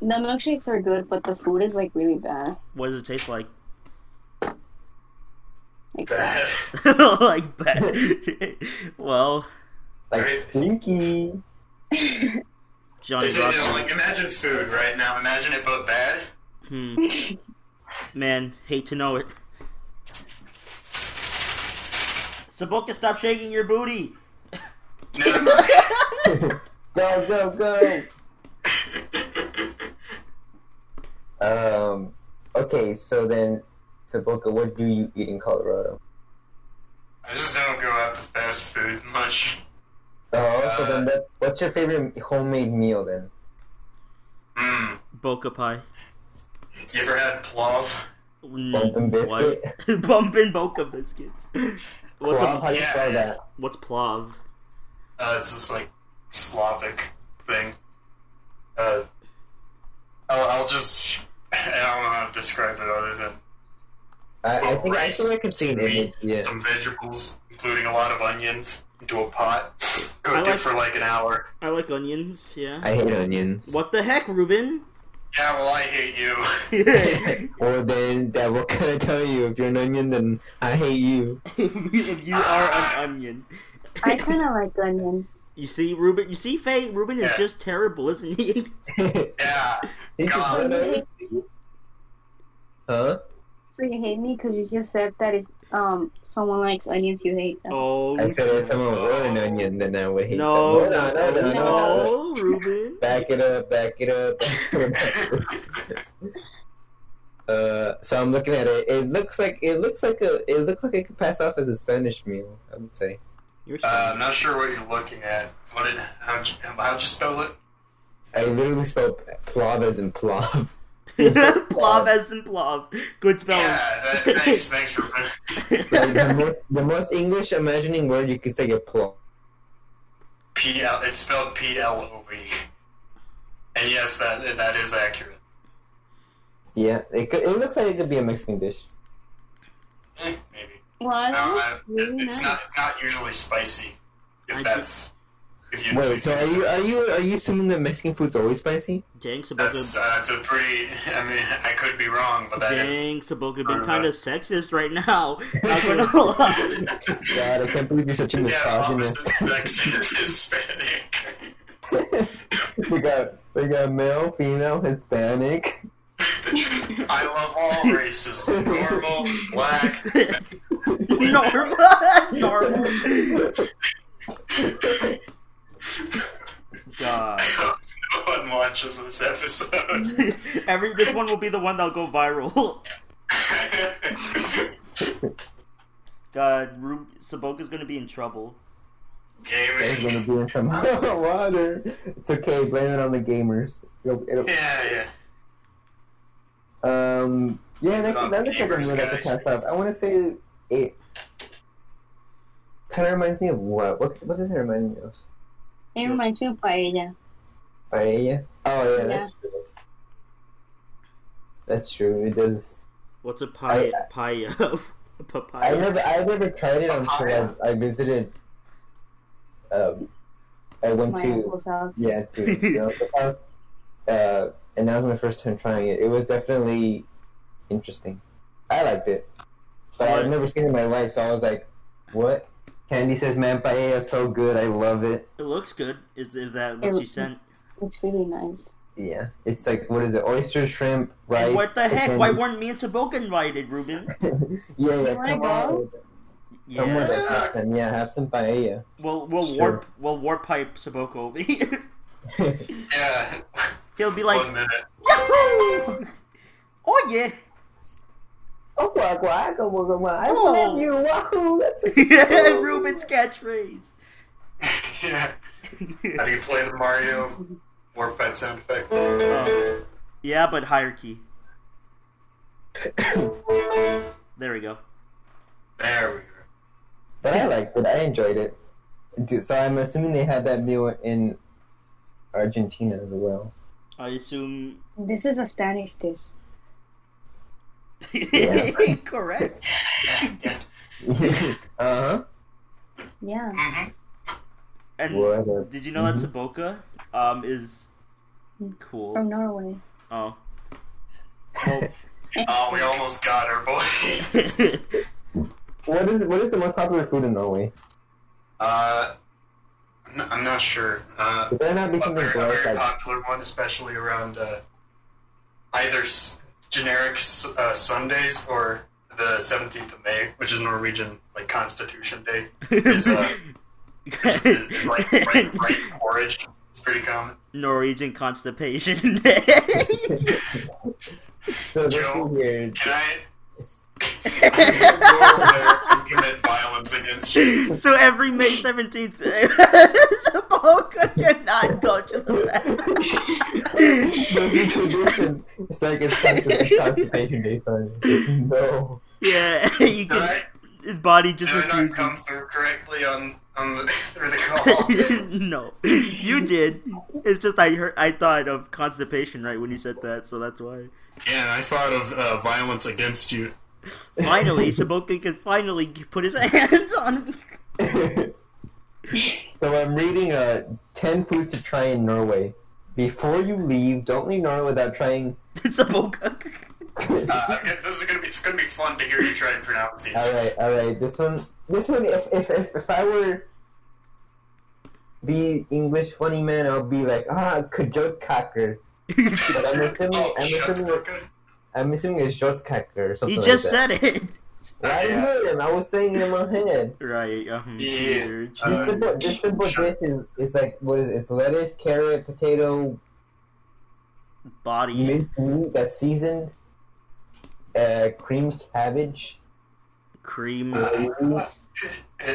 Speaker 4: The milkshakes are good, but the food is like really bad.
Speaker 1: What does it taste like?
Speaker 4: Like
Speaker 2: Bad.
Speaker 1: like bad. well,
Speaker 3: Like
Speaker 2: Right.
Speaker 3: stinky.
Speaker 1: Johnny
Speaker 2: It's, you know,
Speaker 1: Rock.
Speaker 2: like imagine food right now. Imagine it, but bad.
Speaker 1: Hmm. Man, hate to know it. Saboka, stop shaking your booty.
Speaker 2: No.
Speaker 3: Go go go. Um. Okay, so then, so Boca, what do you eat in Colorado?
Speaker 2: I just don't go out to fast food much.
Speaker 3: Oh, so then, that, what's your favorite homemade meal then?
Speaker 2: Mm.
Speaker 1: Boca pie. Mm,
Speaker 2: You ever had plov?
Speaker 3: Bumpin' biscuit.
Speaker 1: Bumpin' boca biscuits. What's
Speaker 3: Plov,
Speaker 1: a,
Speaker 3: how do you
Speaker 2: yeah.
Speaker 3: spell that?
Speaker 1: what's plov?
Speaker 2: Uh, it's this like Slavic thing. Uh, I'll, I'll just I don't know how to describe it other than
Speaker 3: I, I
Speaker 2: well,
Speaker 3: think I
Speaker 2: rice,
Speaker 3: think I can see an
Speaker 2: meat,
Speaker 3: image. Yeah.
Speaker 2: some vegetables, including a lot of onions, into a pot.
Speaker 1: I
Speaker 2: Cooked
Speaker 1: like-
Speaker 2: it for like an hour.
Speaker 1: I like onions, yeah.
Speaker 3: I hate onions.
Speaker 1: What the heck, Ruben?
Speaker 2: Yeah, well, I hate you.
Speaker 1: if
Speaker 3: Well, then that will kind of tell you if you're an onion, then I hate you.
Speaker 1: you are an onion.
Speaker 4: I kind of like onions.
Speaker 1: you see, Ruben, you see, Faye, Ruben is
Speaker 2: Yeah.
Speaker 1: just terrible, isn't he?
Speaker 2: Yeah,
Speaker 3: Did you
Speaker 2: God.
Speaker 3: find out? Huh?
Speaker 4: So you hate me because you just said that if um someone likes onions, you hate them.
Speaker 1: oh,
Speaker 3: I said if
Speaker 1: snap.
Speaker 3: someone were an onion, then I would hate
Speaker 1: no,
Speaker 3: them.
Speaker 1: no,
Speaker 3: Hold on, hold
Speaker 1: no,
Speaker 3: on, hold on.
Speaker 1: no, Ruben.
Speaker 3: Back it up, back it up. back it up. uh, so I'm looking at it. It looks like it looks like a it looks like it could pass off as a Spanish meal. I would say.
Speaker 1: You're
Speaker 2: uh,
Speaker 1: strong.
Speaker 2: I'm not sure what you're looking at. What did how'd you, how'd you spell it?
Speaker 3: I literally spelled plov as in plov.
Speaker 1: plov as in plov. Good spelling.
Speaker 2: Yeah, that, thanks, thanks for.
Speaker 3: Like, the, most, the most English imagining word you could say is plov.
Speaker 2: P L. It's spelled P L O V. And yes, that that is accurate.
Speaker 3: Yeah, it could, it looks like it could be a Mexican dish.
Speaker 2: Eh, Maybe.
Speaker 4: Well, I
Speaker 2: No, I,
Speaker 4: like
Speaker 2: it,
Speaker 4: really
Speaker 2: Oh, it's not
Speaker 4: nice.
Speaker 2: not usually spicy. If
Speaker 1: I
Speaker 2: that's if you
Speaker 3: Wait, so are you are you are you assuming that Mexican food's always spicy?
Speaker 1: Dang, Saboka.
Speaker 2: That's uh, that's a pretty. I mean, I could be wrong, but that is.
Speaker 1: Dang, Saboka being
Speaker 2: Alright.
Speaker 1: kind of sexist right now. Not gonna lie.
Speaker 3: God, I can't believe you're such a
Speaker 2: Yeah,
Speaker 3: misogynist.
Speaker 2: opposite sex is Hispanic.
Speaker 3: we got we got male, female, Hispanic.
Speaker 2: I love all races: normal, black.
Speaker 1: Normal, normal. God.
Speaker 2: no one watches this episode.
Speaker 1: Every this one will be the one that'll go viral. God, Ru- Saboka's gonna be in trouble.
Speaker 3: There's gonna
Speaker 2: Gaming.
Speaker 3: be in some water. It's okay. Blame it on the gamers. It'll- it'll-
Speaker 2: Yeah, yeah.
Speaker 3: um, yeah, that,
Speaker 2: Um,
Speaker 3: that looks like a
Speaker 2: gamers,
Speaker 3: meal that could
Speaker 2: guys.
Speaker 3: pass up. I want to say it kind of reminds me of what? What what does it remind me of?
Speaker 4: It reminds me of paella.
Speaker 3: Paella. Oh yeah, that's true. That's true. It does.
Speaker 1: What's a pie?
Speaker 3: I-
Speaker 1: Pie?
Speaker 3: I
Speaker 1: Papaya?
Speaker 3: never, I never tried it until
Speaker 2: Papaya.
Speaker 3: I, I visited. Um, I went
Speaker 4: My
Speaker 3: to
Speaker 4: uncle's house.
Speaker 3: yeah to you know, the house, uh, and that was my first time trying it. It was definitely interesting. I liked it, but I've
Speaker 1: Right.
Speaker 3: never seen it in my life, so I was like, What? Candy says, "Man, paella is so good. I love it."
Speaker 1: It looks good. Is is that what you sent?
Speaker 4: It's really nice.
Speaker 3: Yeah, it's like what is it? Oyster, shrimp, rice.
Speaker 1: And what the heck?
Speaker 3: chicken.
Speaker 1: Why weren't me and Saboka invited, Ruben?
Speaker 3: yeah, yeah.
Speaker 4: You wanna
Speaker 3: Come
Speaker 4: go?
Speaker 3: on. Come with us
Speaker 1: Yeah.
Speaker 3: next time. Yeah, have some paella.
Speaker 1: We'll we'll
Speaker 3: Sure.
Speaker 1: warp we'll warp pipe Saboka over here.
Speaker 2: Yeah,
Speaker 1: He'll be
Speaker 2: one
Speaker 1: like,
Speaker 2: minute.
Speaker 1: Yahoo! Oh yeah.
Speaker 3: Oh, guac, guac, oh, guac, guac. I
Speaker 1: Oh.
Speaker 3: love you. Wahoo! That's a-
Speaker 1: yeah, Ruben's catchphrase.
Speaker 2: Yeah. How do you play the Mario Warp Pipe sound effect?
Speaker 1: Oh. yeah, but hierarchy. there we go.
Speaker 2: There we go.
Speaker 3: But I liked it. I enjoyed it. Dude, so I'm assuming they had that meal in Argentina as well.
Speaker 1: I assume
Speaker 4: This is a Spanish dish.
Speaker 3: Yeah.
Speaker 1: correct.
Speaker 3: uh huh.
Speaker 4: Yeah.
Speaker 2: Mm-hmm.
Speaker 1: And
Speaker 3: Whatever.
Speaker 1: did you know that Saboka um is
Speaker 4: From
Speaker 1: cool?
Speaker 4: Norway.
Speaker 1: Oh. Well,
Speaker 2: Oh, we almost got her, boy.
Speaker 3: What is what is the most popular food in Norway?
Speaker 2: Uh, I'm not- I'm not sure. Uh,
Speaker 3: Would there not be
Speaker 2: a
Speaker 3: something
Speaker 2: very, a
Speaker 3: gross
Speaker 2: very
Speaker 3: like
Speaker 2: popular one, especially around uh, either s- generic s- uh, Sundays or the 17th of May, which is Norwegian like Constitution Day. Is, uh, is, like right, right porridge. It's pretty common.
Speaker 1: Norwegian constipation.
Speaker 3: so this
Speaker 2: Joe.
Speaker 3: food here? is-
Speaker 2: Can I? I'm gonna go over there and commit violence against you.
Speaker 1: so every May 17th, Saboka cannot touch the
Speaker 3: it's like it's constipation constipation day. sorry. No.
Speaker 1: Yeah, you
Speaker 2: Did
Speaker 1: can,
Speaker 2: I,
Speaker 1: his body
Speaker 2: did
Speaker 1: just
Speaker 2: I not come
Speaker 1: refuses.
Speaker 2: through correctly on, on the, through the call?
Speaker 1: no, you did. It's just I heard, I thought of constipation right when you said that, so that's why.
Speaker 2: Yeah, I thought of uh, violence against you.
Speaker 1: Finally, Saboka can finally put his hands on me.
Speaker 3: so I'm reading uh, 10 foods to try in Norway. Before you leave, don't leave Norway without trying.
Speaker 1: Saboka.
Speaker 2: Uh, okay, this is gonna be it's gonna be fun to hear you try and pronounce these.
Speaker 3: all right, all right. This one, this one. If if if, if I were be English funny man, I'll be like ah kajotkaker. But I'm assuming
Speaker 2: Oh,
Speaker 3: I'm
Speaker 2: shut
Speaker 3: assuming
Speaker 2: the fuck up.
Speaker 3: I'm assuming it's jotkaker or something.
Speaker 1: You just
Speaker 3: like
Speaker 1: said it.
Speaker 3: That. I heard him. I was saying it in my head.
Speaker 1: Right. Um,
Speaker 2: Yeah.
Speaker 1: cheater,
Speaker 3: This
Speaker 2: Uh,
Speaker 3: simple, this simple
Speaker 2: shut-
Speaker 3: dish is, is like what is it? It's lettuce, carrot, potato, Uh,
Speaker 1: body.
Speaker 3: minced meat that's seasoned, uh, creamed cabbage.
Speaker 1: Cream.
Speaker 2: Uh, i-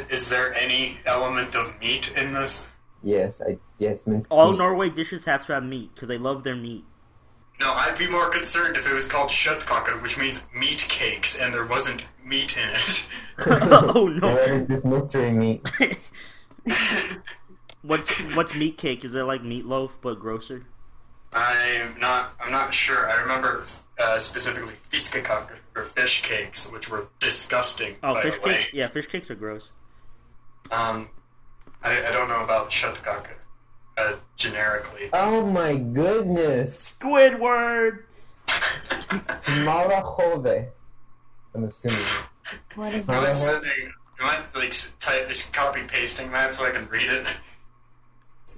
Speaker 2: is there any element of meat in this?
Speaker 3: Yes, I yes minced
Speaker 1: All
Speaker 3: meat.
Speaker 1: Norway dishes have to have meat because they love their meat.
Speaker 2: No, I'd be more concerned if it was called shutkaker, which means meat cakes, and there wasn't meat in it.
Speaker 1: oh
Speaker 3: Where
Speaker 1: no!
Speaker 3: is this mystery meat?
Speaker 1: What's what's meat cake? Is it like meatloaf but grosser?
Speaker 2: I'm not. I'm not sure. I remember uh, specifically fiskekaker or fish cakes, which were disgusting.
Speaker 1: Oh,
Speaker 2: by
Speaker 1: fish
Speaker 2: the way.
Speaker 1: cakes. Yeah, fish cakes are gross.
Speaker 2: Um, I, I don't know about shutkaker uh, generically.
Speaker 3: Oh my goodness,
Speaker 1: Squidward.
Speaker 3: Malahove. I'm assuming.
Speaker 4: What is
Speaker 2: Am I
Speaker 3: Malahove.
Speaker 2: sending? Am I like s- type just copy pasting that so I can read it?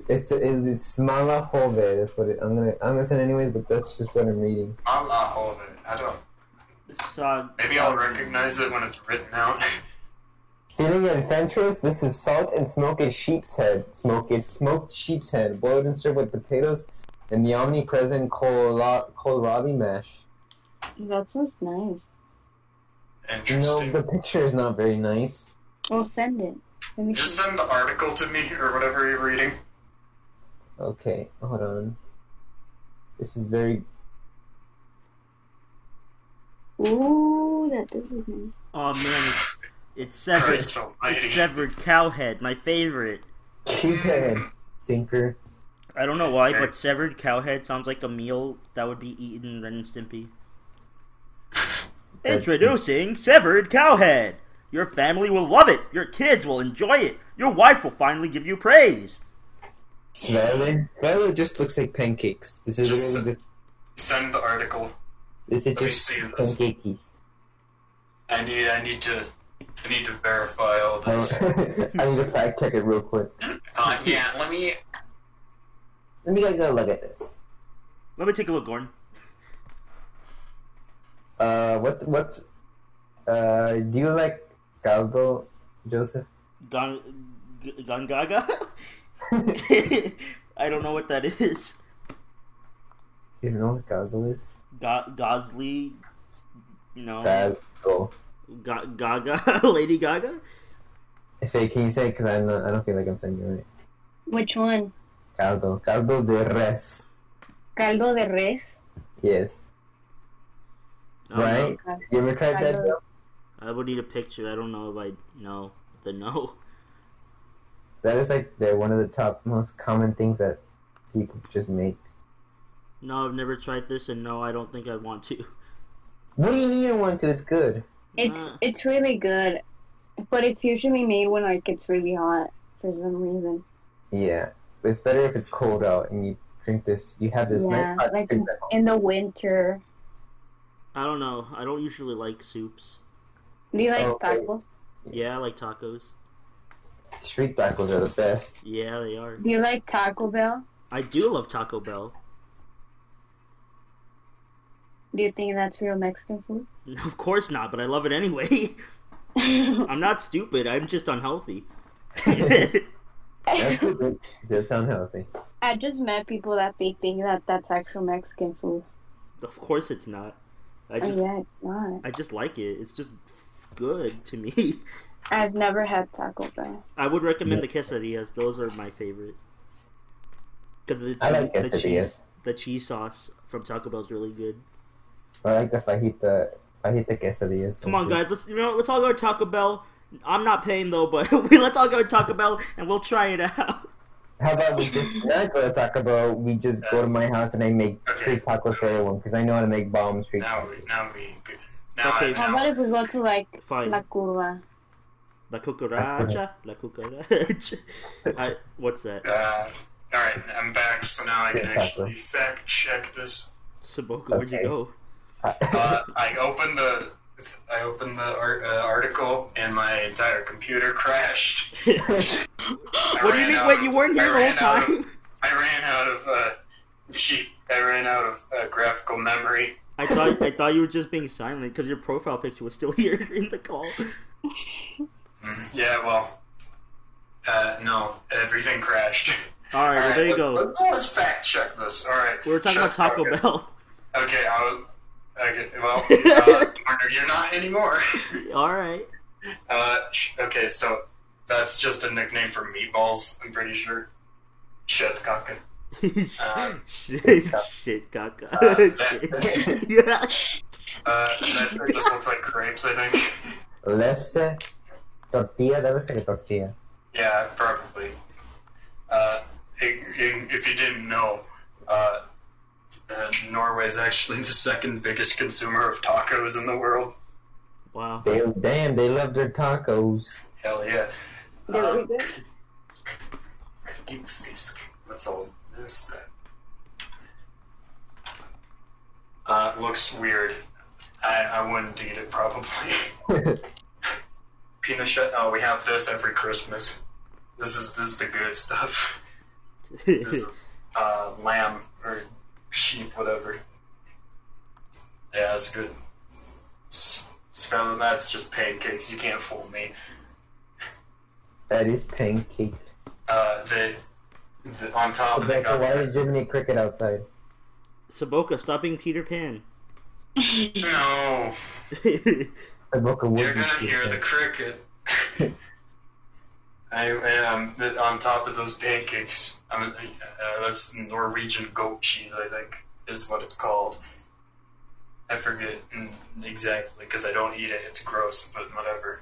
Speaker 3: It's it's Malahove. That's what it, I'm gonna I'm gonna send anyways, but that's just what I'm reading.
Speaker 2: I'm not holding it. I don't.
Speaker 1: Sog.
Speaker 2: Maybe I'll recognize it when it's written out.
Speaker 3: Feeling adventurous? This is salt and smoked sheep's head. Smoked smoked sheep's head, boiled and served with potatoes, and the omnipresent kohlra- kohlrabi mash.
Speaker 4: That sounds nice.
Speaker 3: No,
Speaker 2: Interesting.
Speaker 3: the picture is not very nice.
Speaker 4: Well, send it. Let me
Speaker 2: Just
Speaker 4: see.
Speaker 2: send the article to me or whatever you're reading.
Speaker 3: Okay, hold on. This is very.
Speaker 4: Ooh, that does look nice.
Speaker 1: Oh man, it's it's severed.
Speaker 2: Christ
Speaker 1: It's
Speaker 2: almighty.
Speaker 1: severed cow head. My favorite.
Speaker 3: Sheep head, thinker.
Speaker 1: I don't know why, but severed cow head sounds like a meal that would be eaten in Ren and Stimpy. Introducing severed cow head. Your family will love it. Your kids will enjoy it. Your wife will finally give you praise.
Speaker 3: Svelle. Svelle just looks like pancakes. This is
Speaker 2: Just-
Speaker 3: really good.
Speaker 2: Send the article.
Speaker 3: This is
Speaker 2: me
Speaker 3: just
Speaker 2: see this.
Speaker 3: pancakey.
Speaker 2: I need. I need to I need to verify all
Speaker 3: I
Speaker 2: this.
Speaker 3: need to fact check it real quick.
Speaker 2: Uh, yeah, let me.
Speaker 3: Let me get a good look at this.
Speaker 1: Let me take a look, Gordon.
Speaker 3: Uh, what's what's uh? Do you like Galgo, Joseph?
Speaker 1: Gun, G- Gun Gaga?
Speaker 3: you
Speaker 1: I don't know what that is.
Speaker 3: know what Galgo is?
Speaker 1: Ga- Gosley? You
Speaker 2: Um,
Speaker 1: know,
Speaker 3: Galgo.
Speaker 1: Ga- Gaga? Lady Gaga?
Speaker 3: If it, can you say? Because I'm not. I don't feel like I'm saying it right.
Speaker 4: Which one?
Speaker 3: Caldo. Caldo de res.
Speaker 4: Caldo de res.
Speaker 3: Yes.
Speaker 1: I don't
Speaker 3: right.
Speaker 4: know.
Speaker 3: You ever tried that?
Speaker 4: Caldo.
Speaker 3: Bill?
Speaker 1: know. I would need a picture. I don't know if I know the no.
Speaker 3: That is like the one of the top most common things that people just make.
Speaker 1: No, I've never tried this, and no, I don't think I want to.
Speaker 3: What do you mean you want to? It's good.
Speaker 4: It's
Speaker 1: Ah.
Speaker 4: it's really good, but it's usually made when like it's really hot for some reason.
Speaker 3: Yeah. It's better if it's cold out and you drink this. You have this
Speaker 4: yeah,
Speaker 3: nice hot
Speaker 4: like
Speaker 3: drink at home.
Speaker 4: in the winter.
Speaker 1: I don't know. I don't usually like soups.
Speaker 4: Do you like
Speaker 3: Oh, okay.
Speaker 4: tacos?
Speaker 1: Yeah, I like tacos.
Speaker 3: Street tacos are the best.
Speaker 1: Yeah, they are.
Speaker 4: Do you like Taco Bell?
Speaker 1: I do love Taco Bell.
Speaker 4: Do you think that's real Mexican food?
Speaker 1: Of course not, but I love it anyway. I'm not stupid. I'm just unhealthy.
Speaker 3: That's good. That's unhealthy.
Speaker 4: I just met people that they think that that's actual Mexican food.
Speaker 1: of course it's not. I
Speaker 4: Oh,
Speaker 1: just
Speaker 4: yeah, it's not.
Speaker 1: I just like it. It's just good to me.
Speaker 4: I've never had Taco Bell.
Speaker 1: I would recommend the quesadillas. Those are my favorite. Because the,
Speaker 3: I like
Speaker 1: the
Speaker 3: quesadillas.
Speaker 1: cheese, the cheese sauce from Taco Bell is really good.
Speaker 3: I like the fajita, fajita quesadillas.
Speaker 1: Come on, guys. Let's you know. Let's all go to Taco Bell. I'm not paying though, but we, let's all go to Taco Bell and we'll try it out.
Speaker 3: How about we just not go to Taco Bell? We just go to my house and I make
Speaker 2: Okay.
Speaker 3: street tacos for everyone because I know how to make bomb street.
Speaker 2: Now we. Now we. good. Now
Speaker 1: Okay.
Speaker 2: I,
Speaker 4: How
Speaker 2: now
Speaker 4: about Oh, if we go to like
Speaker 1: Fine.
Speaker 4: La Curva?
Speaker 1: La cucaracha, la cucaracha. I, what's that?
Speaker 2: Uh, all right, I'm back, so now I can
Speaker 3: Yeah,
Speaker 2: actually
Speaker 3: exactly.
Speaker 2: fact check this.
Speaker 1: Saboka, where'd you
Speaker 3: Okay.
Speaker 1: go?
Speaker 2: Uh, I opened the I opened the ar- uh, article, and my entire computer crashed. I
Speaker 1: What do you
Speaker 2: ran
Speaker 1: mean?
Speaker 2: out
Speaker 1: Wait,
Speaker 2: of-
Speaker 1: you weren't
Speaker 2: I
Speaker 1: here the whole
Speaker 2: ran out of-
Speaker 1: time?
Speaker 2: I ran out of uh, she, I ran out of uh, graphical memory.
Speaker 1: I thought I thought you were just being silent because your profile picture was still here in the call.
Speaker 2: Yeah, well, uh, no, everything crashed.
Speaker 1: All right, well, there you
Speaker 2: let's,
Speaker 1: go.
Speaker 2: Let's, let's fact check this. All right,
Speaker 1: We were talking about
Speaker 2: Shut-
Speaker 1: Taco
Speaker 2: okay.
Speaker 1: Bell.
Speaker 2: Okay, I was. Okay, well, uh, Marner, you're not anymore.
Speaker 1: All right.
Speaker 2: Uh, sh- okay, so that's just a nickname for meatballs. I'm pretty sure. Shit, cock. Uh,
Speaker 1: shit, shit,
Speaker 2: Uh,
Speaker 1: caca.
Speaker 2: that-
Speaker 1: Shit. Yeah.
Speaker 2: uh, that thing just looks like grapes. I think.
Speaker 3: Lefse, tortilla. That looks like a tortilla.
Speaker 2: Yeah, probably. Uh, if- if if you didn't know, uh, uh, Norway is actually the second biggest consumer of tacos in the world.
Speaker 1: Wow.
Speaker 3: They, damn, they love their tacos.
Speaker 2: Hell yeah.
Speaker 4: They're really
Speaker 2: Um,
Speaker 4: good.
Speaker 2: Deep Fisk. That's all this then. Uh, it looks weird. I, I wouldn't eat it probably. Peanut shut. Oh, we have this every Christmas. This is this is the good stuff. This is uh, lamb or sheep, whatever. Yeah, that's good. S- Spelling that's just pancakes. You can't fool me.
Speaker 3: that is pancake.
Speaker 2: Uh, the, the on top of the
Speaker 3: Rebecca, why
Speaker 2: got
Speaker 3: did Jiminy Cricket outside?
Speaker 1: Saboka, stop being Peter Pan.
Speaker 2: no.
Speaker 3: Rebecca would
Speaker 2: You're
Speaker 3: be
Speaker 2: gonna hear the
Speaker 3: Christian.
Speaker 2: cricket. I am on top of those pancakes. I'm, uh, that's Norwegian goat cheese, I think, is what it's called. I forget mm, exactly because I don't eat it. It's gross, but whatever.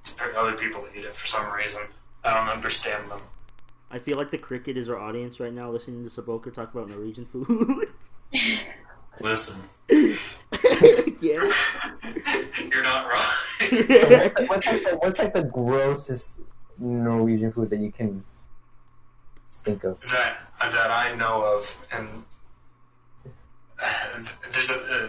Speaker 2: It's for other people that eat it for some reason. I don't understand them.
Speaker 1: I feel like the cricket is our audience right now, listening to Saboka talk about Norwegian food.
Speaker 2: Listen,
Speaker 1: yeah.
Speaker 2: you're not wrong.
Speaker 3: What's like, the, what's like the grossest Norwegian food that you can think of?
Speaker 2: that that I know of, and uh, there's a. Uh,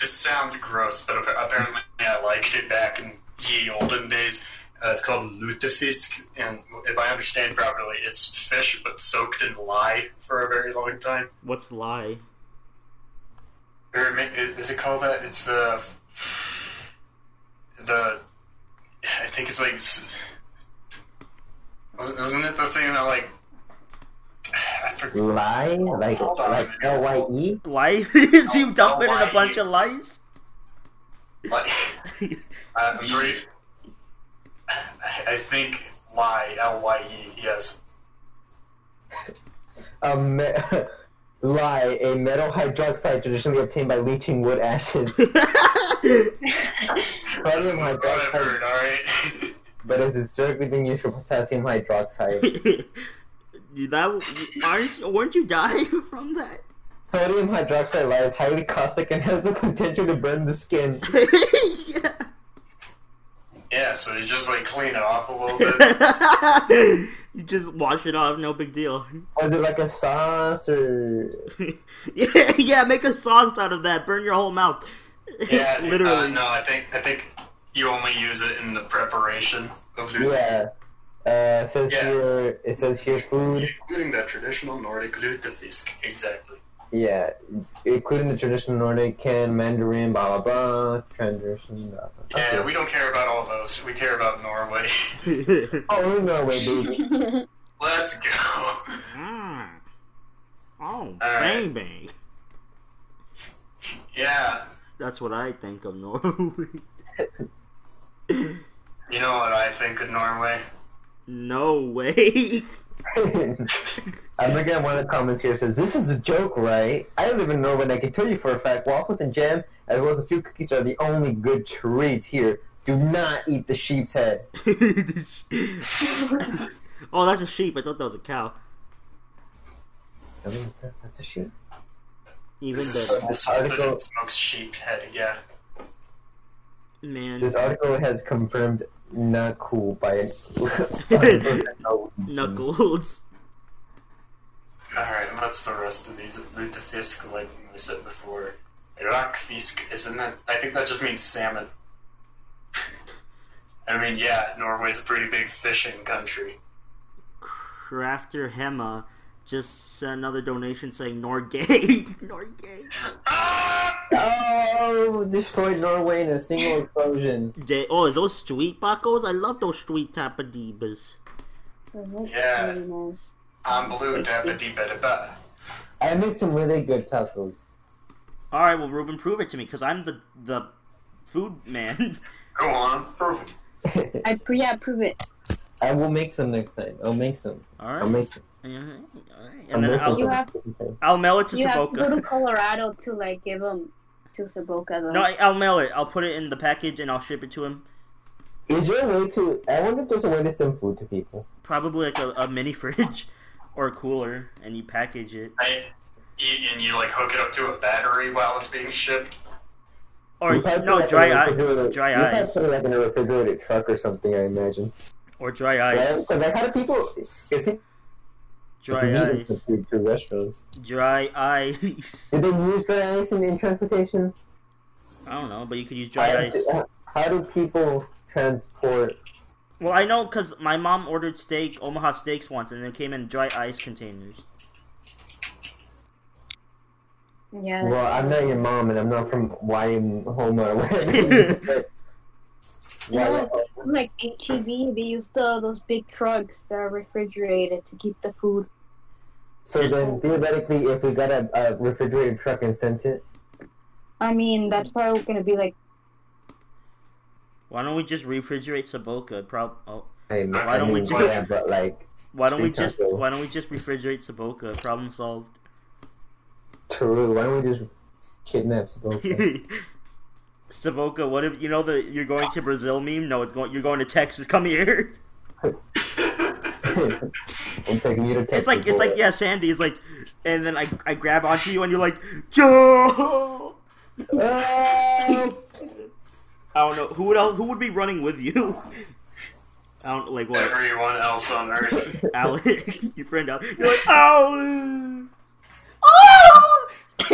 Speaker 2: this sounds gross, but appa- apparently I liked it back in ye olden days. Uh, it's called lutefisk, and if I understand properly, it's fish but soaked in lye for a very long time.
Speaker 1: What's lie?
Speaker 2: Or ma- is, is it called that? It's the the I think it's like s- wasn't isn't it the thing that like I forget.
Speaker 3: Lie? Like,
Speaker 2: Oh, Hold on.
Speaker 3: like E? L-Y-E?
Speaker 1: Lice? Is you
Speaker 2: No,
Speaker 1: dumping in a
Speaker 2: Oh, why?
Speaker 1: bunch of lice?
Speaker 2: Like, I'm pretty. I I think lie L Y E. Yes.
Speaker 3: A me- lie, a metal hydroxide traditionally obtained by leaching wood ashes.
Speaker 2: That's
Speaker 3: Sodium
Speaker 2: that's what I've
Speaker 3: hydroxide,
Speaker 2: heard. All right.
Speaker 3: but has historically been used for potassium hydroxide.
Speaker 1: You- that aren't weren't you dying from that?
Speaker 3: Sodium hydroxide lye is highly caustic and has the potential to burn the skin.
Speaker 2: yeah. So you just like clean it off a little bit.
Speaker 1: yeah. you just wash it off, no big deal.
Speaker 3: Or is it like a sauce or
Speaker 1: yeah, yeah, make a sauce out of that. Burn your whole mouth.
Speaker 2: Yeah. Uh,
Speaker 1: literally.
Speaker 2: no, I think I think you only use it in the preparation of the.
Speaker 3: yeah. Uh, it says
Speaker 2: Yeah.
Speaker 3: here it says here food.
Speaker 2: Including the traditional Nordic lutefisk. Exactly.
Speaker 3: Yeah. Including the traditional Nordic can, Mandarin, blah blah blah, transition blah, blah.
Speaker 2: Yeah,
Speaker 3: Okay.
Speaker 2: we don't care about all those. We care about Norway.
Speaker 3: Oh we're in Norway, baby.
Speaker 2: Let's go.
Speaker 1: Mm. Oh,
Speaker 2: right.
Speaker 1: baby.
Speaker 2: Yeah.
Speaker 1: That's what I think of Norway.
Speaker 2: You know what I think of Norway?
Speaker 1: no way.
Speaker 3: I'm looking at one of the comments here. It says, "This is a joke, right? I live in Norway, and I can tell you for a fact, waffles and jam, as well as a few cookies, are the only good treats here. Do not eat the sheep's head.
Speaker 1: oh, that's a sheep. I thought that was a cow.
Speaker 3: I mean, that- That's a sheep.
Speaker 1: Even
Speaker 2: This is
Speaker 1: the
Speaker 2: small salt that it smokes sheep head. Yeah.
Speaker 1: man
Speaker 3: This article has confirmed not cool by an
Speaker 1: knuckles.
Speaker 2: All right. What's the rest of these? Lutefisk, like we said before. Rockfisk, isn't that? I think that just means salmon. I mean, yeah, Norway's a pretty big fishing country.
Speaker 1: Crafter Hema just sent another donation saying Norgay. Norgay.
Speaker 2: Ah!
Speaker 3: Oh, destroyed Norway in a single explosion.
Speaker 1: J- oh, is those street buckles? I love those street tapadibas.
Speaker 2: Yeah.
Speaker 4: Really nice.
Speaker 2: I'm blue, dabba dee ba da ba.
Speaker 3: I made some really good tacos.
Speaker 1: All right, well, Ruben, prove it to me because I'm the the food man.
Speaker 2: Go on, prove it.
Speaker 4: I pr- yeah, prove it.
Speaker 3: I will make some next time. I'll make some.
Speaker 1: All
Speaker 3: I'll
Speaker 1: right.
Speaker 3: make some.
Speaker 1: All right. All right.
Speaker 3: I'll
Speaker 1: And then
Speaker 3: make
Speaker 1: I'll,
Speaker 4: You have-
Speaker 3: some.
Speaker 1: I'll mail it to
Speaker 4: You have to go to
Speaker 1: Saboka.
Speaker 4: Colorado to like give him to Saboka though.
Speaker 1: No, I- I'll mail it. I'll put it in the package and I'll ship it to him.
Speaker 3: Is there a way to? I wonder if there's a way to send food to people.
Speaker 1: Probably like a, a mini fridge or a cooler, and you package it.
Speaker 2: I, you, and you like hook it up to a battery while it's being shipped.
Speaker 1: Or
Speaker 3: You probably put
Speaker 1: no,
Speaker 3: it
Speaker 1: dry
Speaker 3: in a
Speaker 1: eye,
Speaker 3: refrigerator-
Speaker 1: dry
Speaker 3: you probably
Speaker 1: eyes.
Speaker 3: put it like in a refrigerated truck or something. I imagine.
Speaker 1: or dry
Speaker 3: Right?
Speaker 1: eyes,
Speaker 3: Because like, how do people? Is it
Speaker 1: dry
Speaker 3: convenient for
Speaker 1: eyes,
Speaker 3: food to restaurants?
Speaker 1: dry eyes.
Speaker 3: Do they use dry ice in, in transportation?
Speaker 1: I don't know, but you could use dry
Speaker 3: How-
Speaker 1: ice.
Speaker 3: how- How do people transport?
Speaker 1: Well, I know because my mom ordered steak, Omaha steaks once, and they came in dry ice containers.
Speaker 4: Yeah.
Speaker 3: Well, I'm not your mom, and I'm not from Wyoming or whatever. But- yeah,
Speaker 4: No, it's like HEB, they use the, those big trucks that are refrigerated to keep the food.
Speaker 3: so then theoretically, if we got a, a refrigerated truck and sent it,
Speaker 4: I mean, that's probably gonna be like
Speaker 1: Why don't we just refrigerate Saboka? Prob- oh.
Speaker 3: I,
Speaker 1: Why don't we
Speaker 3: mean,
Speaker 1: just-
Speaker 3: yeah, but like
Speaker 1: Why don't we
Speaker 3: Street
Speaker 1: just
Speaker 3: taco.
Speaker 1: Why don't we just refrigerate Saboka? Problem solved.
Speaker 3: True. Why don't we just kidnap Saboka?
Speaker 1: Saboka, what if you know the you're going to Brazil meme? No, it's going. You're going to Texas. Come here.
Speaker 3: I'm taking you to Texas.
Speaker 1: It's like it's
Speaker 3: for
Speaker 1: like
Speaker 3: it.
Speaker 1: yeah, Sandy is like, and then I I grab onto you and you're like Joe.
Speaker 3: Ah!
Speaker 1: I don't know who would el- who would be running with you. I don't like what
Speaker 2: Everyone else on Earth.
Speaker 1: Alex, your friend Alex. You're like Alex. Oh!